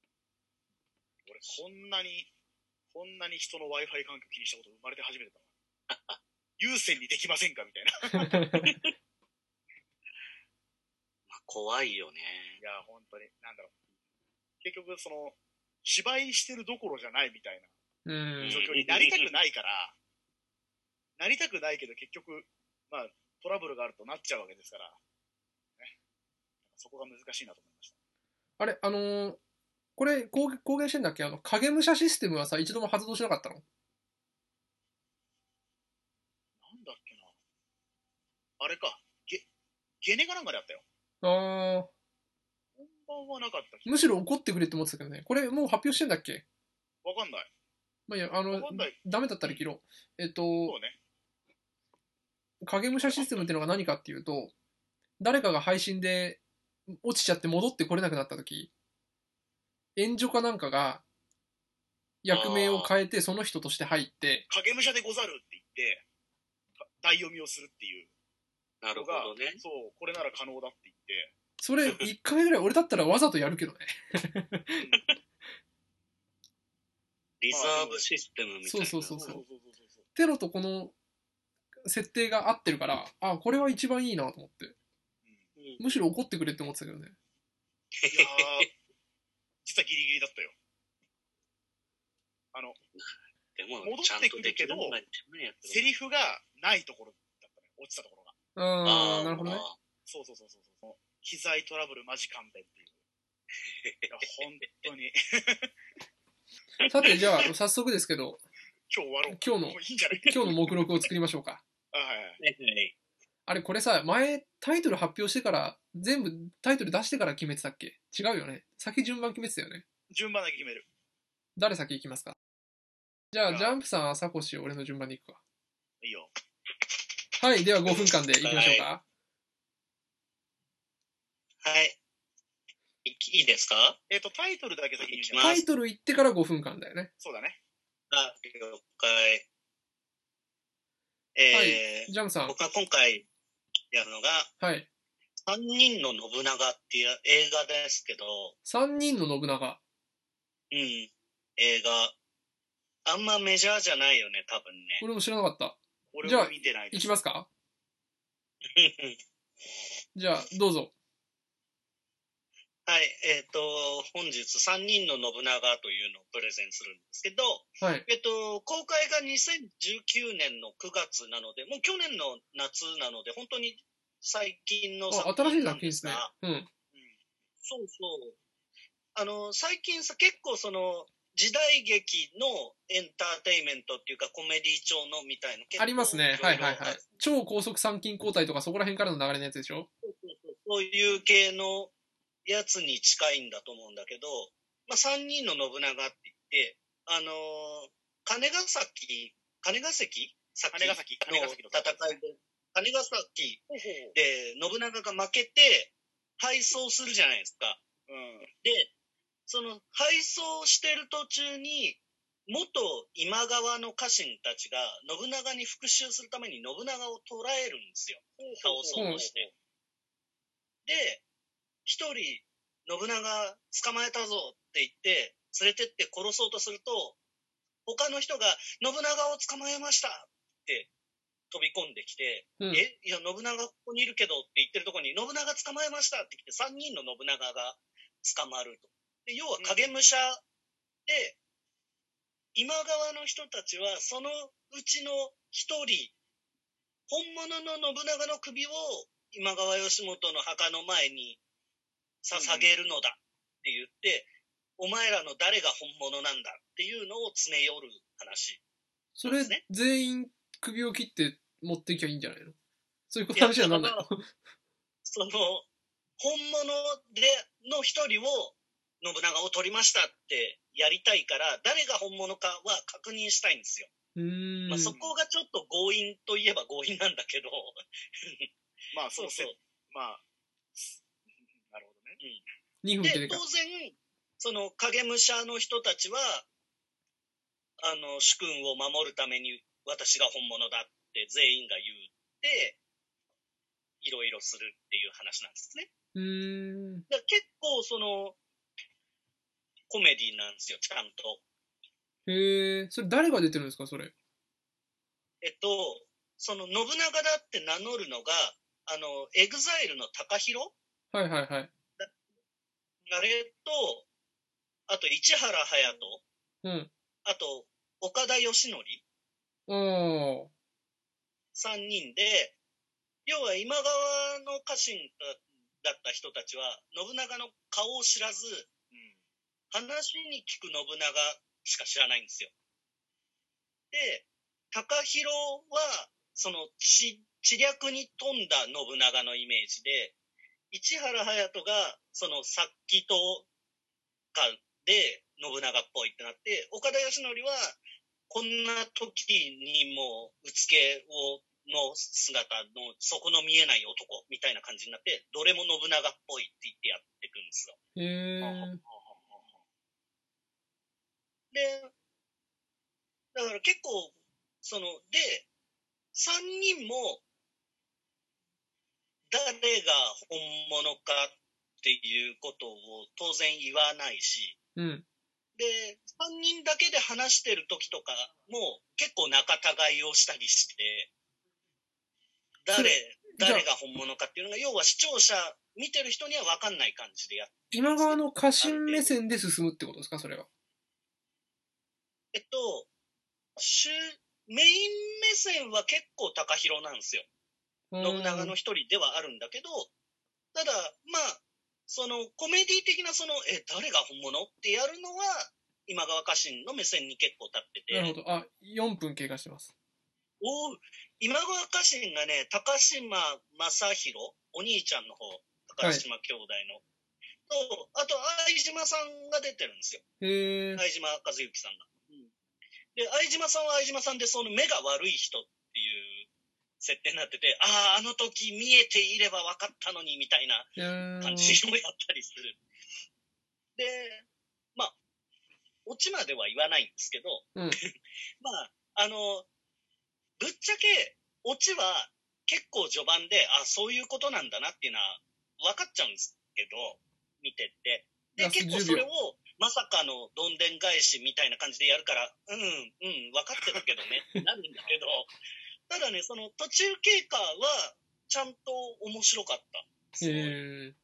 Speaker 5: 俺、こんなに、こんなに人の Wi-Fi 環境気にしたこと生まれて初めてだわ。有線にできませんかみたいな。
Speaker 3: まあ怖いよね。
Speaker 5: いや、本当に、なんだろう。結局、その、芝居してるどころじゃないみたい
Speaker 4: うん
Speaker 5: な状。況になりたくないから、なりたくないけど結局、まあ、トラブルがあるとなっちゃうわけですから、ね。そこが難しいなと思いました。
Speaker 4: あれ、あのーこれ、公言公言してんだっけあの、影武者システムはさ、一度も発動しなかったの
Speaker 5: なんだっけな。あれか、ゲ、ゲネガなんかであったよ。
Speaker 4: ああ、
Speaker 5: 本番はなかった気が
Speaker 4: むしろ怒ってくれって思ってたけどね。これもう発表してんだっけ
Speaker 5: わかんない。
Speaker 4: まあ、いいや、あの
Speaker 5: わかんない、
Speaker 4: ダメだったら切ろう。えっと、
Speaker 5: そうね。
Speaker 4: 影武者システムっていうのが何かっていうと、誰かが配信で落ちちゃって戻ってこれなくなった時、援助かなんかが役名を変えてその人として入って、
Speaker 5: 影武者でござるって言って、か大読みをするっていう
Speaker 3: なる
Speaker 5: の
Speaker 3: ほ
Speaker 5: が、
Speaker 3: どね。
Speaker 5: そう、これなら可能だって言って、
Speaker 4: それ1回ぐらい俺だったらわざとやるけどね。
Speaker 3: リザーブシステムみたいな。
Speaker 4: そうそう
Speaker 5: そうそうそうそうそう。
Speaker 4: テロとこの設定が合ってるから、あ、これは一番いいなと思って。
Speaker 5: うん、
Speaker 3: うんい
Speaker 4: むしろ怒ってくれって思ってたけどね。
Speaker 5: いやー、 実はギリギリだったよ。
Speaker 3: やでも
Speaker 5: 戻、
Speaker 3: ちゃ
Speaker 5: っ
Speaker 3: ん
Speaker 5: てく
Speaker 3: と
Speaker 5: る
Speaker 3: で
Speaker 5: け
Speaker 3: き
Speaker 5: ど
Speaker 3: るのが一番やって
Speaker 5: セ
Speaker 3: る
Speaker 5: リフがないところだったね、落ちたところが。
Speaker 4: あ
Speaker 3: あ
Speaker 4: あ、
Speaker 3: ー
Speaker 4: なるほどね。
Speaker 3: あ
Speaker 5: そうそうそうそうそう。機材トラブルマジ勘弁 っていう。いや、本当に。
Speaker 4: さて、じゃあ、早速ですけど、
Speaker 5: 今日終わろう。
Speaker 4: 今日の
Speaker 5: もういいんじゃない
Speaker 4: 今日の目録を作りましょうか。
Speaker 5: あ はいはい。
Speaker 3: ーねね
Speaker 4: あれ、これさ、前、タイトル発表してから、全部タイトル出してから決めてたっけ違うよね。先順番決めてたよね。
Speaker 5: 順番だけ決める。
Speaker 4: 誰先行きますかじゃあ、ジャンプさん、朝越、俺の順番でいくか。
Speaker 5: いいよ。
Speaker 4: はい、では5分間でいきましょうか。
Speaker 3: はい。いいいですか
Speaker 5: えっ、と、タイトルだけ先に言うじゃ
Speaker 3: は
Speaker 5: ん。
Speaker 3: い
Speaker 4: タイトル言ってから5分間だよね。
Speaker 5: そうだね。
Speaker 3: あ、了解。えー
Speaker 4: はジャンプさん、
Speaker 3: 僕は今回やるのが、
Speaker 4: はい。
Speaker 3: 三人の信長っていう映画ですけど、
Speaker 4: 3人の信長。
Speaker 3: うん、映画。あんまメジャーじゃないよね、多分ね。
Speaker 4: 俺も知らなかった。
Speaker 5: 俺
Speaker 4: じゃあ
Speaker 5: も見てないで
Speaker 4: い
Speaker 5: す
Speaker 4: き。ます かじゃあ、どうぞ。
Speaker 3: はい、えっ、と、本日三人の信長というのをプレゼンするんですけど、
Speaker 4: はい。
Speaker 3: えっ、と、公開が2019年の9月なので、もう去年の夏なので、本当に最近の
Speaker 4: あ、新しい作品ですね。うん。
Speaker 3: そうそう。あの、最近さ、結構その、時代劇のエンターテインメントっていうか、コメディ調のみたいな。
Speaker 4: ありますね
Speaker 3: 結。構
Speaker 4: はい
Speaker 3: ろろ
Speaker 4: はいはい。超高速参勤交代とかそこら辺からの流れのやつでしょ
Speaker 3: そういう系のやつに近いんだと思うんだけど、まあ、3人の信長って言って、あのー金ヶ崎、金ヶ関先
Speaker 5: 金ヶ
Speaker 3: の
Speaker 5: 崎、金ヶ崎の
Speaker 3: 戦いで、金ヶ崎で信長が負けて、敗走するじゃないですか。
Speaker 5: うん。
Speaker 3: で、その配送してる途中に、元今川の家臣たちが信長に復讐するために信長を捕らえるんですよ。倒そうとして。で、一人信長捕まえたぞって言って、連れてって殺そうとすると、他の人が信長を捕まえましたって飛び込んできて、
Speaker 4: うん。
Speaker 3: えいや、信長ここにいるけどって言ってるところに、信長捕まえましたって来て、3人の信長が捕まると。で要は影武者で、今川の人たちは、そのうちの1人、本物の信長の首を今川義元の墓の前に捧げるのだって言って、お前らの誰が本物なんだっていうのを詰め寄る話。
Speaker 4: それ、全員首を切って持っていきゃいいんじゃないのそういう話はなんない
Speaker 3: いや
Speaker 4: の
Speaker 3: その、本物で、の一人を、信長を取りましたってやりたいから、誰が本物かは確認したいんですよ。
Speaker 4: うーん。
Speaker 3: まあ、そこがちょっと強引といえば強引なんだけど、
Speaker 5: まあ、
Speaker 3: そう
Speaker 5: そ
Speaker 3: う
Speaker 5: せ
Speaker 3: そう。
Speaker 5: まあ、すなるほどね。
Speaker 4: 2分
Speaker 3: で
Speaker 4: 切れ、
Speaker 3: 当
Speaker 4: か
Speaker 3: 然。、その影武者の人たちは、あの、主君を守るために私が本物だって全員が言って、いろいろするっていう話なんですね。
Speaker 4: うーん。
Speaker 3: だから結構その、コメディなんですよ、ちゃんと。
Speaker 4: へえ、それ誰が出てるんですかそれ。
Speaker 3: えっと、その、信長だって名乗るのが、あの、エグザイルの高弘
Speaker 4: はいはいはい。
Speaker 3: あれと、あと、市原隼人、
Speaker 4: うん。
Speaker 3: あと、岡田義則
Speaker 4: おー。
Speaker 3: 3人で、要は今川の家臣だった人たちは、信長の顔を知らず、
Speaker 5: うん。
Speaker 3: 話に聞く信長しか知らないんですよ。で、高広は、その、知、知略に富んだ信長のイメージで、市原隼人が、その、殺気とかで、信長っぽいってなって、岡田義則は、こんな時にもう、うつけを、の姿の、底の見えない男みたいな感じになって、どれも信長っぽいって言ってやっていくんですよ。
Speaker 4: へ
Speaker 5: あ
Speaker 4: え。
Speaker 3: で、だから結構、その、で、3人も、誰が本物かっていうことを当然言わないし、
Speaker 4: うん。
Speaker 3: で、3人だけで話してる時とかも結構仲違いをしたりして、
Speaker 4: そ
Speaker 3: 誰
Speaker 4: れ、じゃあ
Speaker 3: 誰が本物かっていうのが、要は視聴者、見てる人には分かんない感じでやっ
Speaker 4: 今川の家臣目線で進むってことですかそれは。
Speaker 3: えっと、主メイン目線は結構高広なんですよ。信長の
Speaker 4: 人。
Speaker 3: 一人ではあるんだけど、ただ、まあ、そのコメディ的なその、え、誰が本物ってやるのは、今川家臣の目線に結構立って
Speaker 4: なる
Speaker 3: て、
Speaker 4: ほど。あ、4分経過してます。
Speaker 3: おう今川家臣がね、高島正宏、お兄ちゃんの方、高島兄弟の、と、あと、相島さんが出てるんですよ。
Speaker 4: へえ。
Speaker 3: 相島和之さんが。で、相島さんは相島さんで、その目が悪い人っていう設定になってて、ああ、あの時見えていれば分かったのに、みたいな
Speaker 4: うーん
Speaker 3: 感じをやったりする。で、まあ、オチまでは言わないんですけど、
Speaker 4: うん
Speaker 3: まあ、あの、ぶっちゃけ、オチは結構序盤で、あそういうことなんだなっていうのは分かっちゃうんですけど、見てって。で、
Speaker 4: ラス
Speaker 3: 結構
Speaker 4: 10
Speaker 3: そ
Speaker 4: 秒
Speaker 3: れを、まさかのどんでん返しみたいな感じでやるから、うん、うん、分かってたけどね、ってなるんだけど、 ただね、その途中経過は、ちゃんと面白かった。すごい
Speaker 4: え
Speaker 3: う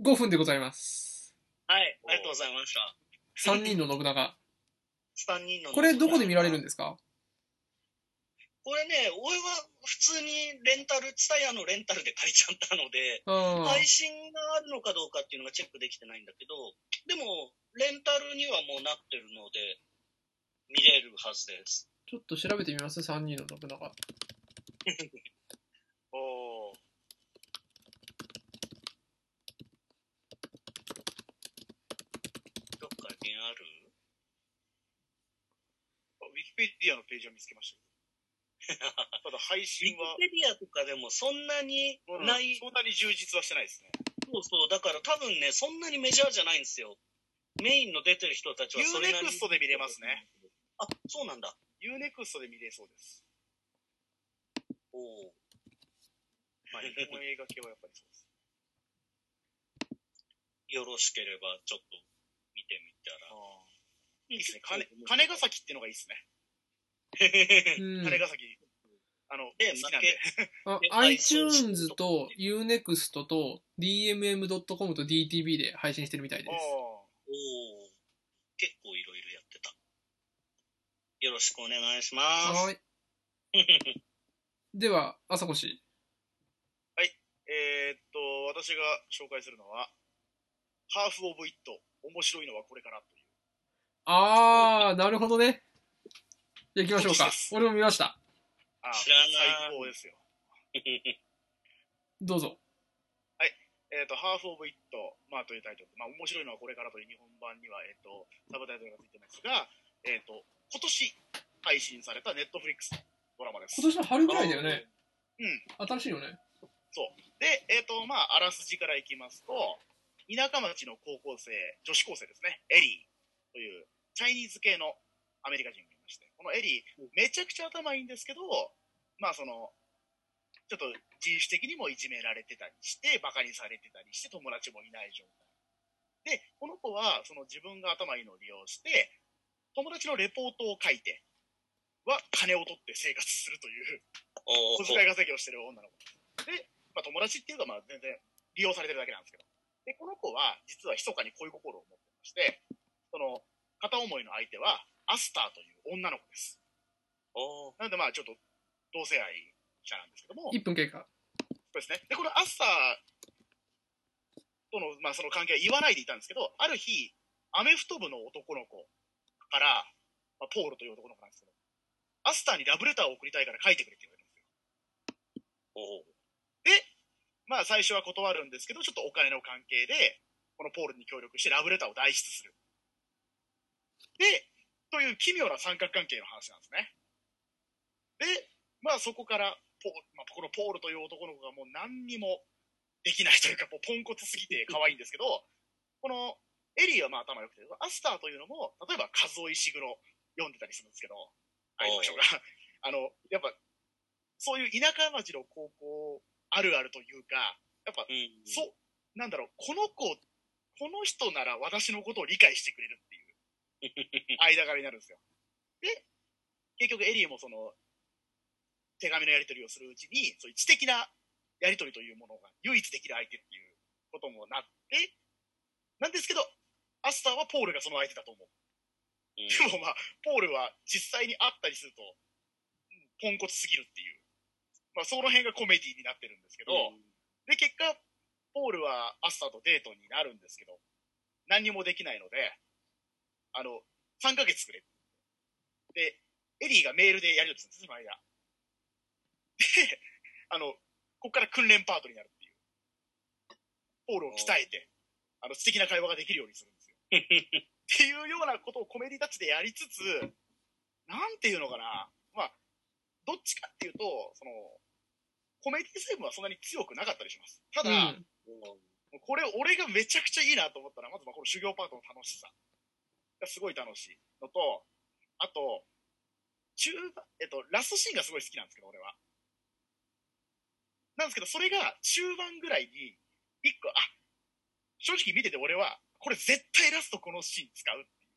Speaker 3: ん
Speaker 4: ー、5分でございます。
Speaker 3: はい、ありがとうございました。
Speaker 4: 3人の信長。
Speaker 3: 3人の。
Speaker 4: これどこで見られるんですか
Speaker 3: これね、俺は普通にレンタル、ツタヤのレンタルで借りちゃったので、
Speaker 4: うん。
Speaker 3: 配信があるのかどうかっていうのがチェックできてないんだけど、でも、レンタルにはもうなってるので、見れるはずです。
Speaker 4: ちょっと調べてみます ?3 人の信長。
Speaker 5: おー
Speaker 3: どっかにある
Speaker 5: あウィキペディアのページは見つけ ましたけど。ただ配
Speaker 3: ウィ
Speaker 5: 信
Speaker 3: キ
Speaker 5: は、
Speaker 3: ペディアとかでもそんなに
Speaker 5: うん
Speaker 3: ない、
Speaker 5: そんなに充実はしてないですね。
Speaker 3: そうそう、だから多分ね、そんなにメジャーじゃないんですよ。メインの出てる人たちはそれなりに
Speaker 5: UNEXT で見れますね。
Speaker 3: あ、そうなんだ。
Speaker 5: UNEXT で見れそうです。
Speaker 3: おお。
Speaker 5: まあ、日本映画系はやっぱりそうです。
Speaker 3: よろしければ、ちょっと見てみたら。
Speaker 5: いいですね。金、金ヶ崎っていうのがいいですね。
Speaker 4: うん。
Speaker 5: 金ヶ崎。あの、
Speaker 3: で、
Speaker 5: 好
Speaker 3: 負
Speaker 5: きなんで
Speaker 3: け。
Speaker 4: あ
Speaker 3: で
Speaker 4: iTunes と Unext と DMM.com と DTV で配信してるみたいです。
Speaker 5: おー
Speaker 3: おお。結構いろいろやってた。よろしくお願いしま
Speaker 4: は
Speaker 3: す。
Speaker 4: ーい。では、朝越し。
Speaker 5: えーっと、私が紹介するのは、ハーフ・オブ・イット、面白いのはこれからという。
Speaker 4: あー、なるほどね。じゃあ行きましょう
Speaker 5: そう
Speaker 4: か
Speaker 5: で。す
Speaker 4: 俺も見ました。
Speaker 5: あー
Speaker 3: 知らない
Speaker 5: 最高ですよ。
Speaker 4: どうぞ。
Speaker 5: えっ、と、ハーフ・オブ・イット、まあ、というタイトル。まあ、面白いのはこれからという日本版には、えっ、と、サブタイトルがついてますが、えっ、と、今年配信されたネットフリックスドラマです。
Speaker 4: 今年の春ぐらいだよね。新しいよね。
Speaker 5: で、えっ、と、まあ、あらすじからいきますと、田舎町の高校生、女子高生ですね、エリーという、チャイニーズ系のアメリカ人がいまして、このエリー、めちゃくちゃ頭いいんですけど、まあ、その、ちょっと人種的にもいじめられてたりして、バカにされてたりして、友達もいない状態。で、この子は、その自分が頭いいのを利用して、友達のレポートを書いて、は金を取って生活するという、
Speaker 3: おお
Speaker 5: 小。遣い稼ぎをしてる女の子で、まあ、友達っていうかまあ全然利用されてるだけなんですけどでこの子は実は密かに恋心を持ってましてその片思いの相手はアスターという女の子です
Speaker 3: おー
Speaker 5: なのでまあちょっと同性愛者なんですけども
Speaker 4: 1分経過。
Speaker 5: そうですね。で、このアッサーとの、まあ、その関係は言わないでいたんですけど、ある日、アメフト部の男の子から、まあ、ポールという男の子なんですけど、アスターにラブレターを送りたいから書いてくれって言われるんですよ。で、まあ、最初は断るんですけど、ちょっとお金の関係で、このポールに協力してラブレターを代筆する。で、という奇妙な三角関係の話なんですね。で、まあそこからポ、まあ、このポールという男の子がもう何にもできないというか、もうポンコツすぎて可愛いんですけど、このエリーはまあ頭良くて、アスターというのも、例えば数尾石黒読んでたりするんですけど、愛読書が。 あの、やっぱ、そういう田舎町の高校あるあるというか、やっぱ、
Speaker 3: うん。
Speaker 5: そう、なんだろう、この子、この人なら私のことを理解してくれるっていう 間柄になるんですよ。で、結局エリーもその、手紙のやり取りをするうちに、そういう知的なやり取りというものが唯一できる相手っていうこともなって、なんですけど、アスターはポールがその相手だと思う。
Speaker 3: うん
Speaker 5: でもまあ、ポールは実際に会ったりすると、うんポンコツすぎるっていう。まあ、その辺がコメディになってるんですけど、で、結果、ポールはアスターとデートになるんですけど、何にもできないので、あの、3ヶ月くれ。で、エリーがメールでやり取りするんです、その間。で、あの、ここから訓練パートになるっていう。ポールを鍛えて、 あの、素敵な会話ができるようにするんですよ。っていうようなことをコメディタッチでやりつつ、なんていうのかな。まあ、どっちかっていうと、その、コメディ成分はそんなに強くなかったりします。ただ、
Speaker 4: うん
Speaker 5: もうこれ、俺がめちゃくちゃいいなと思ったのは、まずまあこの修行パートの楽しさがすごい楽しいのと、あと、中盤、えっと、ラストシーンがすごい好きなんですけど、俺は。なんですけど、それが中盤ぐらいに、一個、あ、正直見てて俺は、これ絶対ラストこのシーン使うっていう。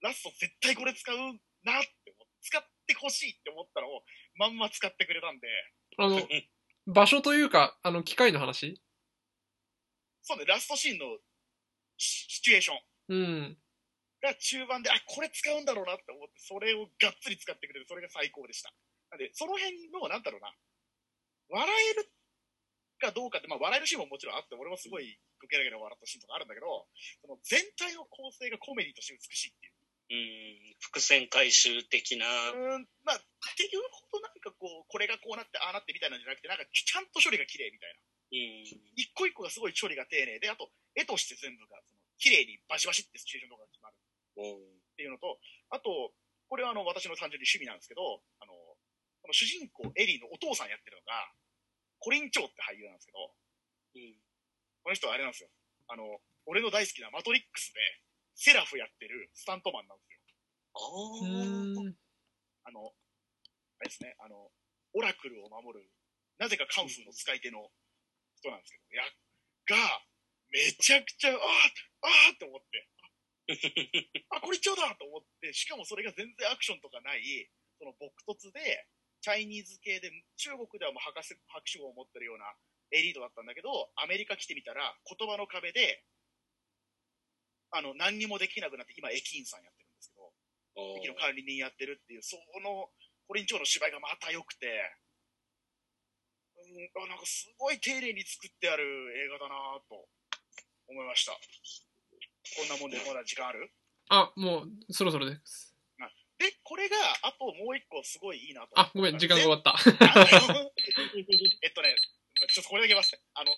Speaker 5: ラスト絶対これ使うなって思って、使ってほしいって思ったのを、まんま使ってくれたんで、
Speaker 4: あの、場所というか、あの、機械の話
Speaker 5: そうね、ラストシーンのシシチュエーション。
Speaker 4: うん。
Speaker 5: が中盤で、あ、これ使うんだろうなって思って、それをがっつり使ってくれて、それが最高でした。なんで、その辺の、なんだろうな、笑えるかどうかって、まあ、笑えるシーンももちろんあって、俺もすごいゲラゲラ笑ったシーンとかあるんだけど、その全体の構成がコメディとして美しいっていう。
Speaker 3: うん、伏線回収的な、
Speaker 5: うーん、まあ、っていうほどなんかこう、これがこうなって、ああなってみたいなんじゃなくて、なんかちゃんと処理が綺麗みたいな。
Speaker 3: うん、
Speaker 5: 一個一個がすごい処理が丁寧で、あと、絵として全部が、その、綺麗にバシバシってシチュエーションとかが決まる。っていうのと、あと、これはあの私の単純に趣味なんですけど、あの、この主人公エリーのお父さんやってるのが、コリン・チョウって俳優なんですけど、
Speaker 3: うん
Speaker 5: この人はあれなんですよ。あの、俺の大好きなマトリックスで、セラフやってるスタントマンなんですよ。
Speaker 3: あ
Speaker 4: う
Speaker 3: ー
Speaker 4: ーん。
Speaker 5: あの、あれですね、あの、オラクルを守る、なぜかカンフーの使い手の人なんですけど、や、が、めちゃくちゃ、あーあーって思って、あ、これ一応だと思って、しかもそれが全然アクションとかない、その朴突で、チャイニーズ系で、中国ではもう博士、博士号を持ってるようなエリートだったんだけど、アメリカ来てみたら、言葉の壁で、あの、何にもできなくなって、今、駅員さんやってるんですけど、駅の管理人やってるっていう、その、コリン・チョウの芝居がまた良くて、うん、あなんかすごい丁寧に作ってある映画だなぁと思いました。こんなもんでまだ時間ある
Speaker 4: あ、もう、そろそろです。
Speaker 5: で、これが、あともう一個すごいいいなと思っ
Speaker 4: あ
Speaker 5: た。、
Speaker 4: ごめん、時間が終わった。
Speaker 5: あの えっとね、まちょっとこれだけ言わせて。あの、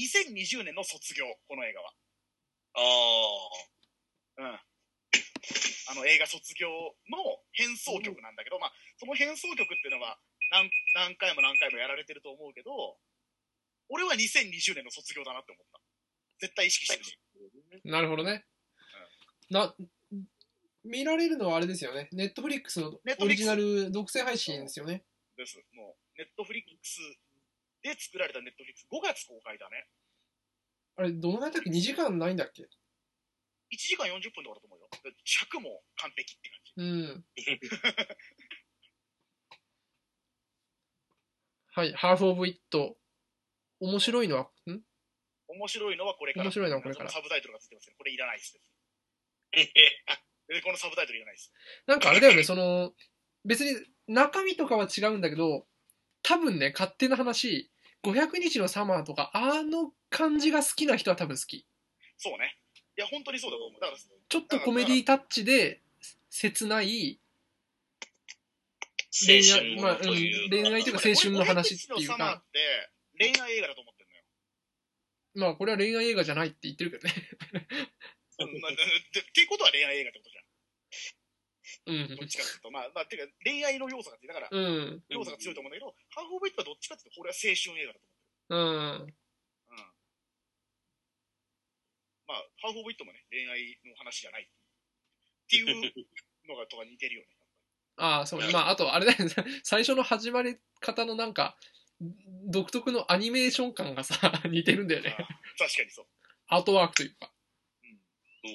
Speaker 5: 2020年の卒業、この映画は。
Speaker 3: あー
Speaker 5: うんあの映画卒業の変奏曲なんだけど、まあ、その変奏曲っていうのは何何回も何回もやられてると思うけど俺は2020年の卒業だなって思った絶対意識してほしい
Speaker 4: なるほどね。な、見られるのはあれですよね。ネットフリックスのオリジナル独占配信ですよね。
Speaker 5: ですもうネットフリックスで作られたネットフリックス5月公開だね
Speaker 4: あれ、どのぐらいだっけ ?2 時間ないんだっけ
Speaker 5: 1時間40分とかだと思うよ尺も完璧って感じ
Speaker 4: うん。はい、ハーフ・オブ・イット。面白いのは、ん
Speaker 5: 面白いのはこれから
Speaker 4: 面白いのはこれから
Speaker 5: そサブタイトルがついてますけどこれいらないです でこのサブタイトルいらないです
Speaker 4: なんかあれだよね、その、別に中身とかは違うんだけど、多分ね、勝手な話、500日のサマーとか、あの感じが好きな人は多分好き。
Speaker 5: そうねいや本当にそうだと思うだから
Speaker 4: ちょっとコメディタッチで、切ない、
Speaker 3: 青春ものというか、
Speaker 4: まあうん恋愛というか青春の話っていうか
Speaker 5: 俺俺俺たちのサマーって恋愛映画だと思ってんのよ。
Speaker 4: まあこれは恋愛映画じゃないって言ってるけどね。
Speaker 5: うんまあ、ででっていうことは恋愛映画ってことじゃん。
Speaker 4: うん
Speaker 5: どっ。ちかっていうと。まあ、まあ、ていうか恋愛の要素が強い。だから、
Speaker 4: うん。
Speaker 5: 要素が強いと思うんだけど、ハーフ・オブ・イットはどっちかっていうと、俺は青春映画だと思
Speaker 4: うん。
Speaker 5: ってる。うん。まあ、ハーフ・オブ・イットもね、恋愛の話じゃない。っていうのが、とか似てるよね。
Speaker 4: ああ、そうね。まあ、あと、あれだよね。 最初の始まり方のなんか、独特のアニメーション感がさ、似てるんだよ
Speaker 5: あ
Speaker 4: ね。
Speaker 5: 確かにそう。
Speaker 4: アートワークというか。
Speaker 5: うん
Speaker 3: うん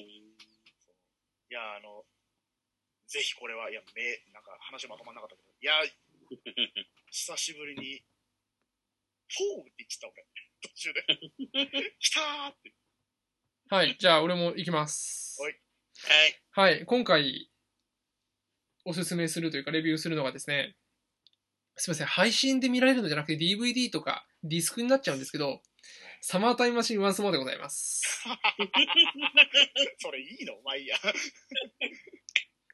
Speaker 5: いや、あの、ぜひこれは、いや、め、なんか話まとまんなかったけど、いや、久しぶりに、フォーって言ってた俺、途中で。来たーって。
Speaker 4: はい。じゃあ、俺も行きます。
Speaker 5: はい
Speaker 3: はい。
Speaker 4: はい、今回おすすめするというかレビューするのがですね、すみません、配信で見られるのじゃなくて DVD とかディスクになっちゃうんですけど、サマータイムマシンワンスモアでございます。
Speaker 5: それいいのまあいいや。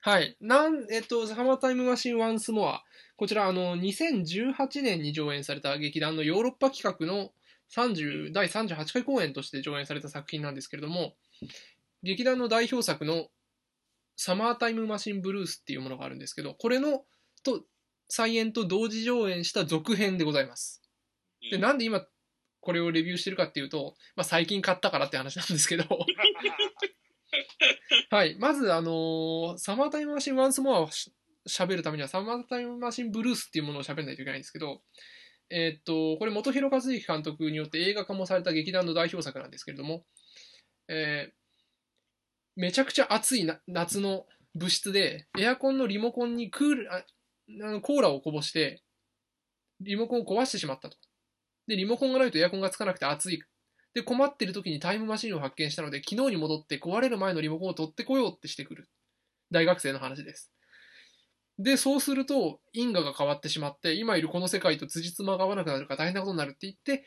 Speaker 4: はい、なん、えっと、サマータイムマシンワンスモア、こちら、あの、2018年に上演された劇団のヨーロッパ企画の30第38回公演として上演された作品なんですけれども、劇団の代表作のサマータイムマシンブルースっていうものがあるんですけど、これの、と、再演と同時上演した続編でございます。で、なんで今、これをレビューしてるかっていうと、まあ、最近買ったからって話なんですけど、はい。まず、あのーサマータイムマシンワンスモアをし喋るためには、サマータイムマシンブルースっていうものを喋らないといけないんですけど、えーっと、これ、元広和之監督によって映画化もされた劇団の代表作なんですけれども、えーめちゃくちゃ暑いな夏の部室で、エアコンのリモコンにクール、ああのコーラをこぼして、リモコンを壊してしまったと。で、リモコンがないとエアコンがつかなくて暑いで、困ってる時にタイムマシンを発見したので、昨日に戻って壊れる前のリモコンを取ってこようってしてくる。大学生の話です。で、そうすると、因果が変わってしまって、今いるこの世界と辻褄が合わなくなるから大変なことになるって言って、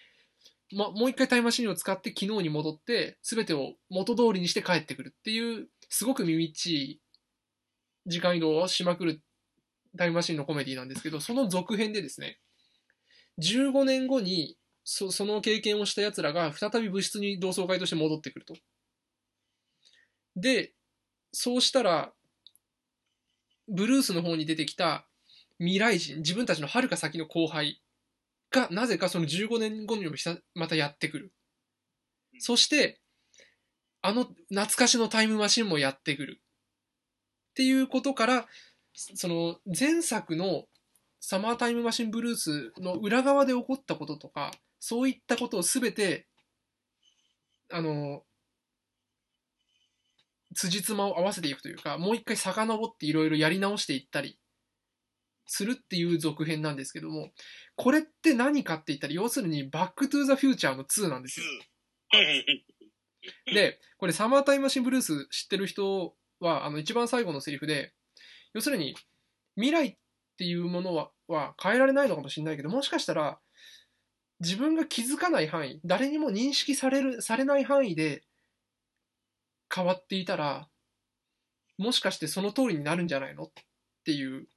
Speaker 4: ま、もう一回タイムマシンを使って昨日に戻って、全てを元通りにして帰ってくるっていう、すごく耳っちい時間移動をしまくるタイムマシンのコメディなんですけど、その続編でですね、15年後にそその経験をした奴らが再び部室に同窓会として戻ってくると。で、そうしたら、ブルースの方に出てきた未来人、自分たちの遥か先の後輩が、なぜかその15年後にもひさまたやってくる。そして、あの懐かしのタイムマシンもやってくる。っていうことから、その前作のサマータイムマシンブルースの裏側で起こったこととか、そういったことをすべて、あの、辻褄を合わせていくというか、もう一回遡っていろいろやり直していったりするっていう続編なんですけども、これって何かって言ったら、要するにバックトゥーザフューチャーの2なんですよ。 で、これサマータイムマシンブルース知ってる人は、あの、一番最後のセリフで、要するに、未来っていうものはは変えられないのかもしれないけど、もしかしたら、自分が気づかない範囲、誰にも認識される、されない範囲で変わっていたら、もしかしてその通りになるんじゃないのっていう、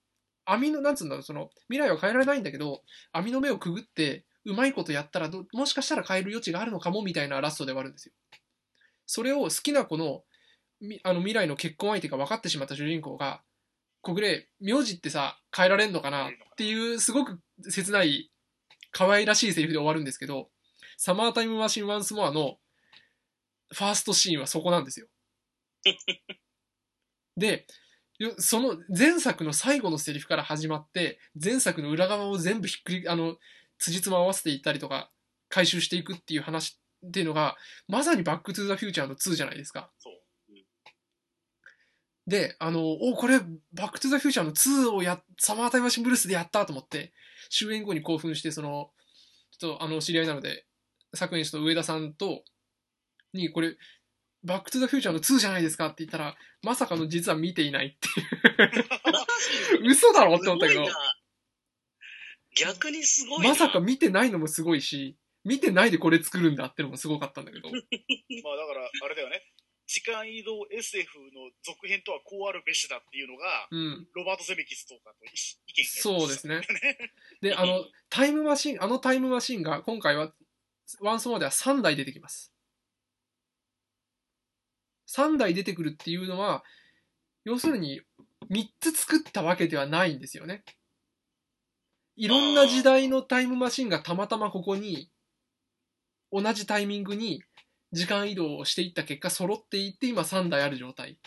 Speaker 4: 網の、なんつうんだろう、その、未来は変えられないんだけど、網の目をくぐって、うまいことやったらど、もしかしたら変える余地があるのかもみたいなラストではあるんですよ。それを好きな子のみあの未来の結婚相手が分かってしまった主人公が「小暮名字ってさ変えられんのかな?」っていうすごく切ない可愛らしいセリフで終わるんですけど「サマータイムマシン・ワンス・モア」のファーストシーンはそこなんですよ。でよその前作の最後のセリフから始まって前作の裏側を全部ひっくりあの辻褄を合わせていったりとか回収していくっていう話っていうのがまさにバックトゥーザフューチャーの2じゃないですか。
Speaker 5: そう。
Speaker 4: で、あの、お、これ、バックトゥザフューチャーの2をや、サマータイムマシンブルースでやったと思って、終演後に興奮して、その、ちょっとあの、知り合いなので、作演師と上田さんと、に、これ、バックトゥザフューチャーの2じゃないですかって言ったら、まさかの実は見てい ないっていう。嘘だろって思ったけど。
Speaker 3: すごいな逆にすごいな。
Speaker 4: まさか見てないのもすごいし、見てないでこれ作るんだってのもすごかったんだけど。
Speaker 5: まあだから、あれだよね。時間移動 SF の続編とはこうあるべしだっていうのが、
Speaker 4: うん。
Speaker 5: ロバート・ゼメキスとかと意意見が
Speaker 4: そうですね。で、あの、タイムマシン、あのタイムマシンが、今回は、ワンスモアでは3台出てきます。3台出てくるっていうのは、要するに、3つ作ったわけではないんですよね。いろんな時代のタイムマシンがたまたまここに、同じタイミングに時間移動をしていった結果、揃っていって、今3台ある状態。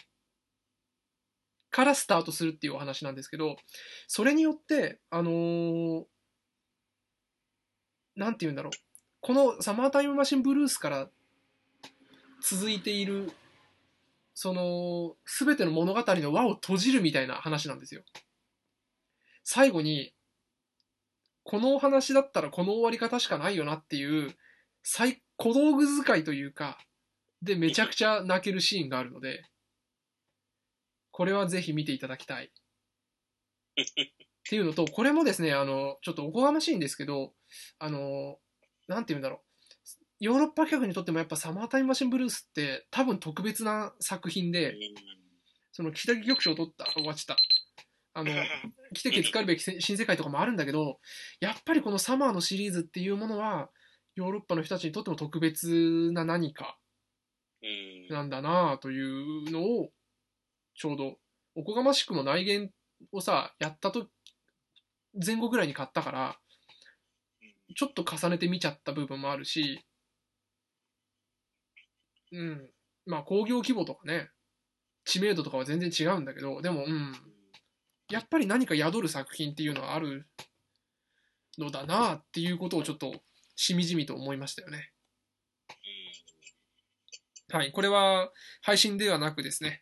Speaker 4: からスタートするっていうお話なんですけど、それによって、あのーなんて言うんだろう。このサマータイムマシンブルースから続いている、その、すべての物語の輪を閉じるみたいな話なんですよ。最後に、このお話だったらこの終わり方しかないよなっていう、最、小道具使いというか、で、めちゃくちゃ泣けるシーンがあるので、これはぜひ見ていただきたい。っていうのと、これもですね、あの、ちょっとおこがましいんですけど、あの、なんて言うんだろう。ヨーロッパ客にとってもやっぱサマータイムマシンブルースって多分特別な作品で、その北木局長を取った、終わっちゃった。あの、来てけつかるべきせ新世界とかもあるんだけど、やっぱりこのサマーのシリーズっていうものは、ヨーロッパの人たちにとっても特別な何か
Speaker 3: うん。
Speaker 4: なんだなあというのを、ちょうど、おこがましくも内言をさ、やったと、前後ぐらいに買ったから、ちょっと重ねて見ちゃった部分もあるし、うん。まあ、工業規模とかね、知名度とかは全然違うんだけど、でも、うん。やっぱり何か宿る作品っていうのはあるのだなあっていうことをちょっと、しみじみと思いましたよね。はい。これは、配信ではなくですね、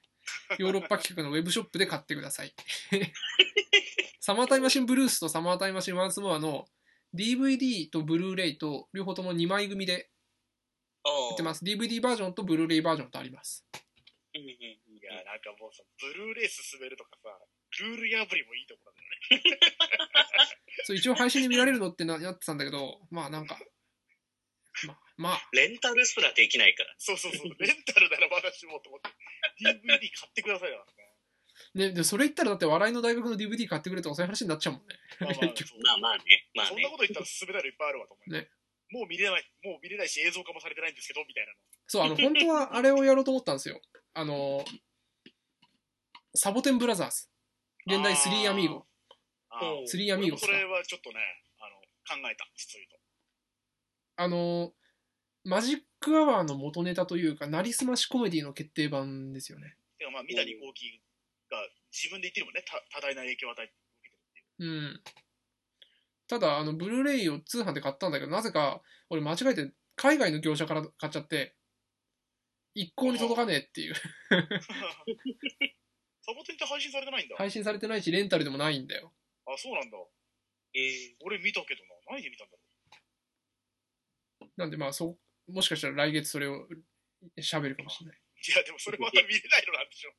Speaker 4: ヨーロッパ企画のウェブショップで買ってくだ さい。サマータイムマシンブルースとサマータイムマシンワンスモアの DVD とブルーレイと両方とも2枚組で売っ
Speaker 3: ああ。
Speaker 4: てます。DVD バージョンとブルーレイバージョンとあります。
Speaker 3: うんうんうん
Speaker 5: いや、なんかもうさ、ブルーレイ進めるとかさ、ルール破りもいいところだよね。
Speaker 4: そう、一応配信で見られるのってななってたんだけど、まあなんか、まあ、まあ、
Speaker 3: レンタルすらできないから。
Speaker 5: そうそ うそう、レンタルならまだしもと思って、DVD 買ってくださいだからね。
Speaker 4: ね、でそれ言ったらだって笑いの大学の DVD 買ってくれとかそういう話になっちゃうもんね。
Speaker 5: まあまあ、そう
Speaker 3: まあまあね。まあ
Speaker 5: そんな
Speaker 3: ね。
Speaker 5: こと言ったら進めたらいっぱいあるわと思う。
Speaker 4: ね
Speaker 5: もう見れない、もう見れないし映像化もされてないんですけど、みたいなの。
Speaker 4: そう、あの、本当はあれをやろうと思ったんですよ。あの、サボテンブラザーズ。現代スリーアミーゴ。
Speaker 5: あー。
Speaker 4: スリーアミーゴス
Speaker 5: そ
Speaker 4: か
Speaker 5: れはちょっとね、あの、考えた、実を言うと。
Speaker 4: あの、マジックアワーの元ネタというか、なりすましコメディの決定版ですよね。
Speaker 5: てかまあ、三谷幸喜が自分で言ってるもんね、た多大な影響を与えて受けてるっていう。
Speaker 4: うん。ただ、あの、ブルーレイを通販で買ったんだけど、なぜか、俺間違えて、海外の業者から買っちゃって、一向に届かねえっていう。
Speaker 5: サボテンって配信されてないんだ。
Speaker 4: 配信されてないし、レンタルでもないんだよ。
Speaker 5: あ、そうなんだ。
Speaker 3: えー
Speaker 5: 俺見たけどな。何で見たんだろう。
Speaker 4: なんで、まあ、そう、もしかしたら来月それを喋るかもしれない。
Speaker 5: いや、でもそれまた見れないのなんでしょ。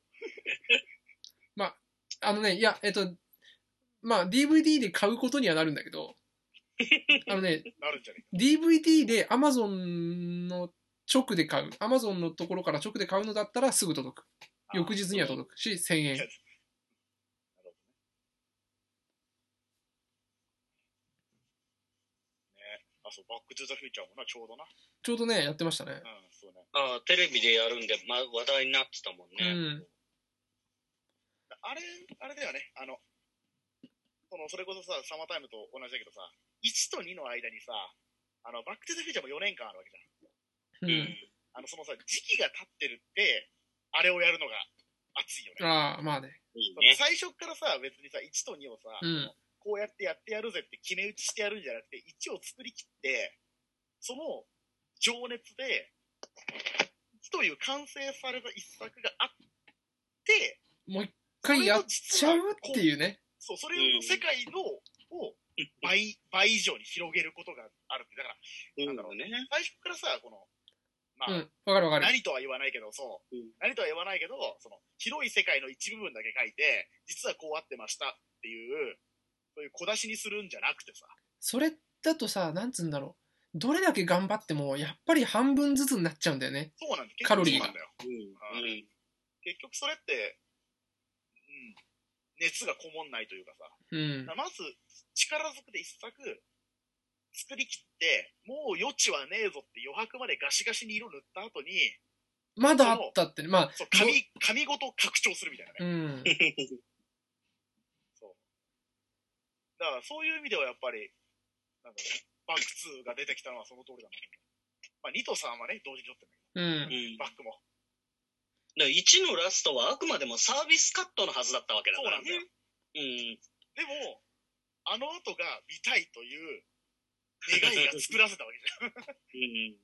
Speaker 4: あのね、いや、えっと、まあ、DVD で買うことにはなるんだけ ど、あのね、
Speaker 5: なるんじゃね
Speaker 4: DVD で Amazon の直で買う。Amazon のところから直で買うのだったらすぐ届く。
Speaker 5: あー
Speaker 4: 翌日には届くし、1000
Speaker 5: えか。いや
Speaker 4: 円。
Speaker 5: なるほどね。ねあ、そう、バックトゥザフューチャーもな、ちょうどな。う
Speaker 4: ちょうどね、やってましたね。
Speaker 5: ん、そうね。
Speaker 3: ああ、テレビでやるんで、ま、話題になってたもん
Speaker 4: う
Speaker 3: ね。
Speaker 4: ん。
Speaker 5: あれ、あれだよね。あの、その、それこそさ、サマータイムと同じだけどさ、1と2の間にさ、あの、バックトゥザフューチャーも4年間あるわけじ
Speaker 3: う
Speaker 4: う。
Speaker 5: ゃん。
Speaker 3: んん。
Speaker 5: あの、そのさ、時期が経ってるって、あれをやるのが熱いよね。
Speaker 4: ああ、まあね。
Speaker 3: いい
Speaker 5: その
Speaker 3: ね。
Speaker 5: 最初っからさ、別にさ、1と2をさ、
Speaker 4: うん
Speaker 5: こうやってやってやるぜって決め打ちしてやるんじゃなくて、1を作り切って、その情熱で、1という完成された一作があって、
Speaker 4: もう一回やっちゃうっていうね。
Speaker 5: そう、それの世界の、を倍、倍以上に広げることがあるって。だから、
Speaker 3: な
Speaker 5: なんん
Speaker 3: だ
Speaker 5: だ
Speaker 3: ろ
Speaker 5: ろ
Speaker 3: う
Speaker 5: う
Speaker 3: ね。
Speaker 5: 最初っからさ、この、ま
Speaker 4: う
Speaker 5: あ、
Speaker 4: ん。わかるわかる。
Speaker 5: 何とは言わないけど、そう、
Speaker 3: うん
Speaker 5: 何とは言わないけど、その、広い世界の一部分だけ書いて、実はこうあってましたっていう、そういう小出しにするんじゃなくてさ、
Speaker 4: それだとさ、なんつうんだろう。どれだけ頑張っても、やっぱり半分ずつになっちゃうんだよね。
Speaker 5: そうなんだ、結
Speaker 4: カロ
Speaker 5: 局
Speaker 4: リ
Speaker 5: そ
Speaker 4: ーが
Speaker 5: うなんだよ。
Speaker 3: うん。うん。
Speaker 5: 結局それって、うん、熱がこもんないというかさ、
Speaker 4: うん
Speaker 5: だ。からまず、力ずくで一作、作り切って、もう余地はねえぞって余白までガシガシに色塗った後に、
Speaker 4: まだあったってね。まあ、
Speaker 5: そう、紙、紙ごと拡張するみたいなね。
Speaker 4: うん。
Speaker 5: そう。だからそういう意味ではやっぱり、なんだろう、バック2が出てきたのはその通りだな。まあ、2と3はね、同時に撮ってるんだ
Speaker 4: うん。
Speaker 3: うん。
Speaker 5: けど、バックも。
Speaker 3: だから1のラストはあくまでもサービスカットのはずだったわけだからね。
Speaker 5: そうなんだ
Speaker 3: うん。
Speaker 5: でも、あの後が見たいという願いが作らせたわけじ
Speaker 3: うん。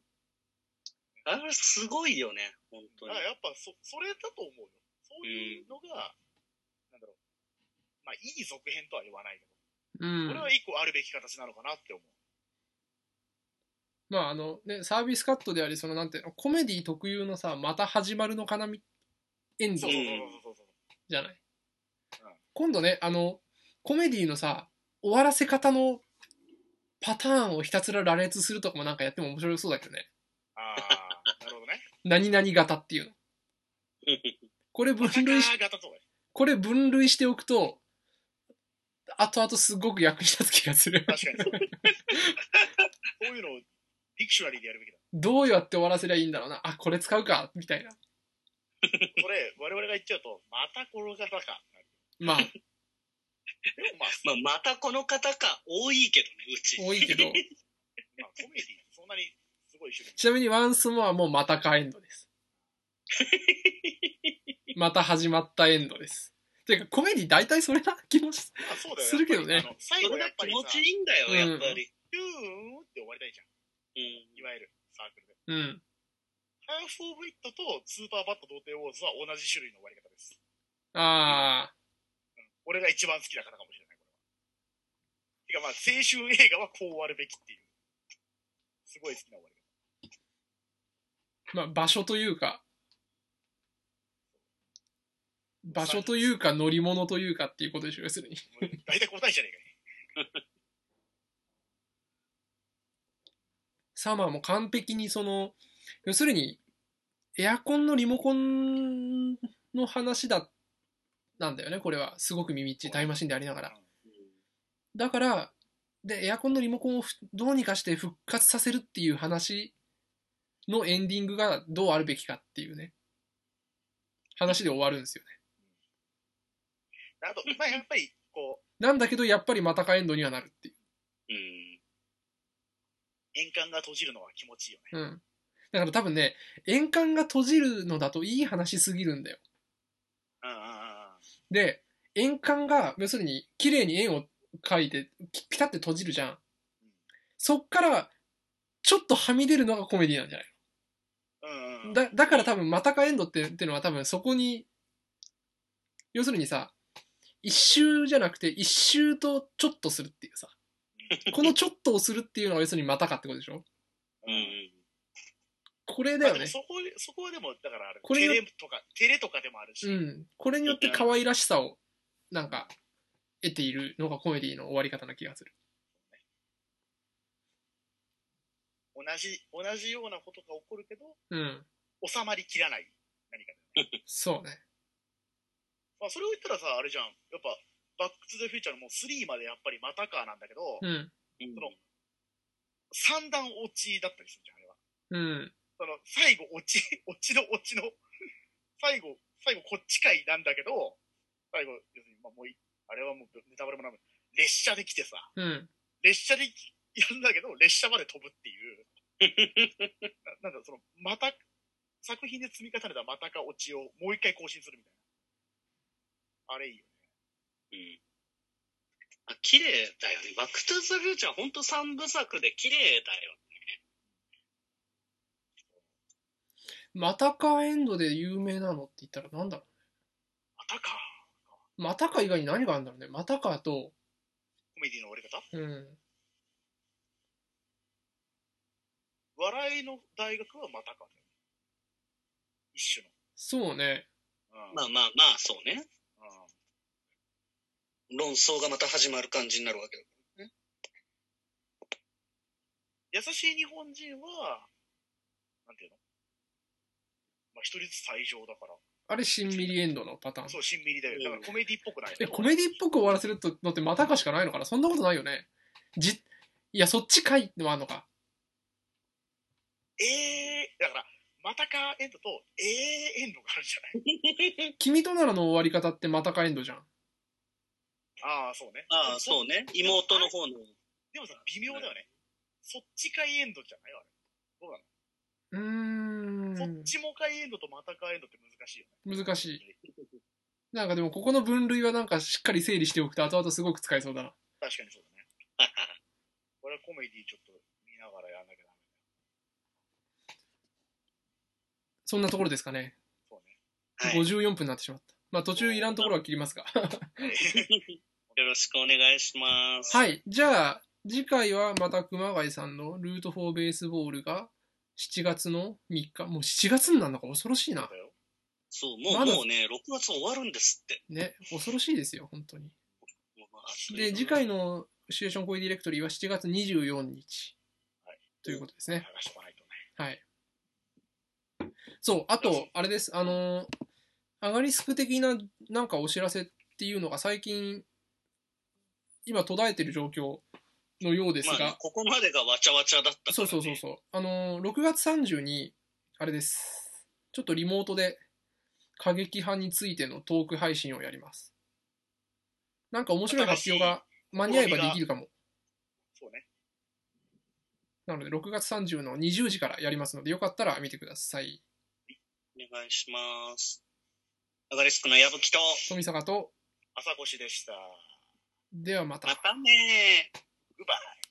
Speaker 3: あれすごいよね、本当
Speaker 5: ゃん。だ
Speaker 3: に
Speaker 5: から。やっぱそ、それだと思うよ。そういうのが、なんだろう、まあ、いい続編とは言わないけど、
Speaker 4: うん
Speaker 5: これ。は一個あるべき形なのかなって思う。
Speaker 4: まああのね、サービスカットであり、そのなんていうの、コメディ特有のさ、また始まるのかなみ、エンド
Speaker 5: そうそうそうそうそう。
Speaker 4: じゃない、
Speaker 5: うん
Speaker 4: 今度ね、あの、コメディのさ、終わらせ方のパターンをひたすら羅列するとかもなんかやっても面白そうだけどね。
Speaker 5: ああ、なるほどね。
Speaker 4: 何々型って いうの。これ分
Speaker 5: 戦
Speaker 4: 類し、
Speaker 5: ー型とかね。
Speaker 4: これ分類しておくと、後々すごく役に立つ気がする。
Speaker 5: 確かにそう。そういうのをディクショナリーでやるべきだ。
Speaker 4: どうやって終わらせりゃいいんだろうな。あ、これ使うか、みたいな。
Speaker 5: これ、我々が言っちゃうと、またこの方か。
Speaker 4: まあ、
Speaker 5: でもまあ、
Speaker 3: まあ、またこの方か、多いけどね、うち。
Speaker 4: 多いけど。
Speaker 5: まあ、コメディ、そんなにすごい種類。
Speaker 4: ちなみに、ワンスモアもまたかエンドです。また始まったエンドです。ていうか、コメディ大体それな気もし、
Speaker 5: まあ、そうだよ
Speaker 4: するけどね
Speaker 5: やっぱりあの最
Speaker 3: そ
Speaker 5: 後
Speaker 3: れ
Speaker 5: や
Speaker 3: が
Speaker 5: っぱ
Speaker 3: 気
Speaker 5: り
Speaker 3: 持
Speaker 5: さ、
Speaker 3: ちいいんだよ、
Speaker 4: うん
Speaker 3: やっぱり。
Speaker 5: ヒューンって終わりたいじゃん。
Speaker 3: うん。
Speaker 5: いわゆるサークルで。
Speaker 4: うん。
Speaker 5: ハーフ・オブ・イットとスーパーバット・童貞ウォーズは同じ種類の終わり方です。
Speaker 4: あ
Speaker 5: 俺が一番好きだからかもしれない、これは。てかまあ、青春映画はこう終わるべきっていう。すごい好きな終わ
Speaker 4: ー、まあ、
Speaker 5: り方。
Speaker 4: 場所というか、場所というか乗り物というかっていうことでしょ、要するに。
Speaker 5: もう大体答えじゃねえかよ。
Speaker 4: サマーも完璧にその、要するに、エアコンのリモコンの話だ、なんだよね、これは。すごく耳っちいタイムマシンでありながら。だから、で、エアコンのリモコンをふどうにかして復活させるっていう話のエンディングがどうあるべきかっていうね、話で終わるんですよね。
Speaker 5: あと、まあ、やっぱり、こう、
Speaker 4: なんだけど、やっぱりまたかエンドにはなるっていう。
Speaker 3: うん。
Speaker 5: 円環が閉じるのは気持ちいいよね。
Speaker 4: うん。だから多分ね、円環が閉じるのだといい話すぎるんだよ。
Speaker 5: うんうんうんうん。
Speaker 4: で、円環が、要するに、綺麗に円を描いて、きピタって閉じるじゃん。そっから、ちょっとはみ出るのがコメディなんじゃない
Speaker 5: うんうんうん、
Speaker 4: だだから多分、またかエンドってってのは多分そこに、要するにさ、一周じゃなくて一周とちょっとするっていうさ、このちょっとをするっていうのは要するにまたかってことでしょ
Speaker 3: う
Speaker 5: うん
Speaker 3: ん。
Speaker 4: これだ
Speaker 5: まあ
Speaker 4: よ
Speaker 5: でも
Speaker 4: ね。
Speaker 5: そこそこはでも、だからあれ
Speaker 4: これよ
Speaker 5: テレとか、テレとかでもあるし、
Speaker 4: うん。これによって可愛らしさを、なんか、得ているのがコメディの終わり方な気がする。
Speaker 5: 同じ、同じようなことが起こるけど、
Speaker 4: うん。
Speaker 5: 収まりきらない何か。
Speaker 4: そうね。
Speaker 5: まあ、それを言ったらさ、あれじゃん、やっぱ、バック・トゥ・ザ・フューチャーのもう3までやっぱりまたかなんだけど、
Speaker 4: うん。
Speaker 3: うん
Speaker 5: 三段落ちだったりするじゃん、あれは。
Speaker 4: うん。
Speaker 5: その、最後落ち、 落ちの落ちの、最後、最後こっちかいなんだけど、最後、要するに、まあもうい、あれはもうネタバレもなく、列車で来てさ、
Speaker 4: うん。
Speaker 5: 列車でやるんだけど、列車まで飛ぶっていう。 ななんだ、その、また、作品で積み重ねたまたか落ちをもう一回更新するみたいな。あれいいよ。
Speaker 3: うんあ綺麗だよね。バックトゥーザフューチャーほんと三部作で綺麗だよ。
Speaker 4: またかエンドで有名なのって言ったらなんだろ
Speaker 5: またか。
Speaker 4: う。またか以外に何があるんだろうね。またかと、
Speaker 5: コメディの終わり方
Speaker 4: うん。
Speaker 5: 笑いの大学はまたかだよ。一種の。
Speaker 4: そうね。
Speaker 5: うん
Speaker 3: まあまあまあ、そうね。
Speaker 5: うん
Speaker 3: 論争がまた始まる感じになるわけだ。
Speaker 5: 優しい日本人は、なんていうのまあ、一人ずつ退場だから。
Speaker 4: あれ、新ミリエンドのパターン。
Speaker 5: そう、しんみりだよ。だからコメディっぽくないよね。
Speaker 4: え、コメディっぽく終わらせるのってまたかしかないのかなそんなことないよね。じ、いや、そっちかいのもあんのか。
Speaker 5: えー、だから、またかエンドと、えーエンドがあるじゃない。
Speaker 4: 君とならの終わり方ってまたかエンドじゃん。
Speaker 5: ああ、そうね。
Speaker 3: ああ、そうね。妹の方の。
Speaker 5: でもさ、微妙だよね。そっちかいエンドじゃないあれ。
Speaker 4: うー
Speaker 5: そっ
Speaker 4: ん。
Speaker 5: ちもかいエンドとまたかエンドって難しいよね。
Speaker 4: 難しい。なんかでも、ここの分類はなんかしっかり整理しておくと、後々すごく使えそうだな。
Speaker 5: 確かにそうだね。 これはコメディちょっと見ながらやんなきゃダメ。
Speaker 4: そんなところですかね。
Speaker 5: そうね。
Speaker 3: はい。よ
Speaker 4: 54分になってしまった。まあ途中いらんところは切りますが。
Speaker 3: ろしくお願いします。
Speaker 4: はい。じゃあ、次回はまた熊谷さんのルート4ベースボールが7月の3日。もう7月になるのか恐ろしい
Speaker 5: そう
Speaker 4: な。
Speaker 5: だよ。
Speaker 3: そう、もう、
Speaker 4: まだ
Speaker 3: もうね、6月終わるんですって。
Speaker 4: ね。恐ろしいですよ、本当に。
Speaker 3: もうあっという間
Speaker 4: で、次回のシチュエーションコイディレクトリーは7月24日
Speaker 5: はい。
Speaker 4: ということですね。
Speaker 5: 探しとかないとね。
Speaker 4: はい。そう、あと、あれです。あのー、アガリスク的ななんかお知らせっていうのが最近、今途絶えてる状況のようです
Speaker 3: まあね
Speaker 4: が、、
Speaker 3: ここまでがわちゃわちゃだったか
Speaker 4: そ
Speaker 3: ら、
Speaker 4: う
Speaker 3: ね。
Speaker 4: そうそうそう。あのー、6月30に、あれです。ちょっとリモートで、過激派についてのトーク配信をやります。なんか面白い発表が間に合えばできるかも。
Speaker 5: そうね。
Speaker 4: なので、6月30の20時からやりますので、よかったら見てください。
Speaker 3: お願いします。アガリスクの矢吹と、
Speaker 4: 富坂と、
Speaker 5: 朝越でした。
Speaker 4: ではまた
Speaker 3: ま。たねー。
Speaker 5: グバイ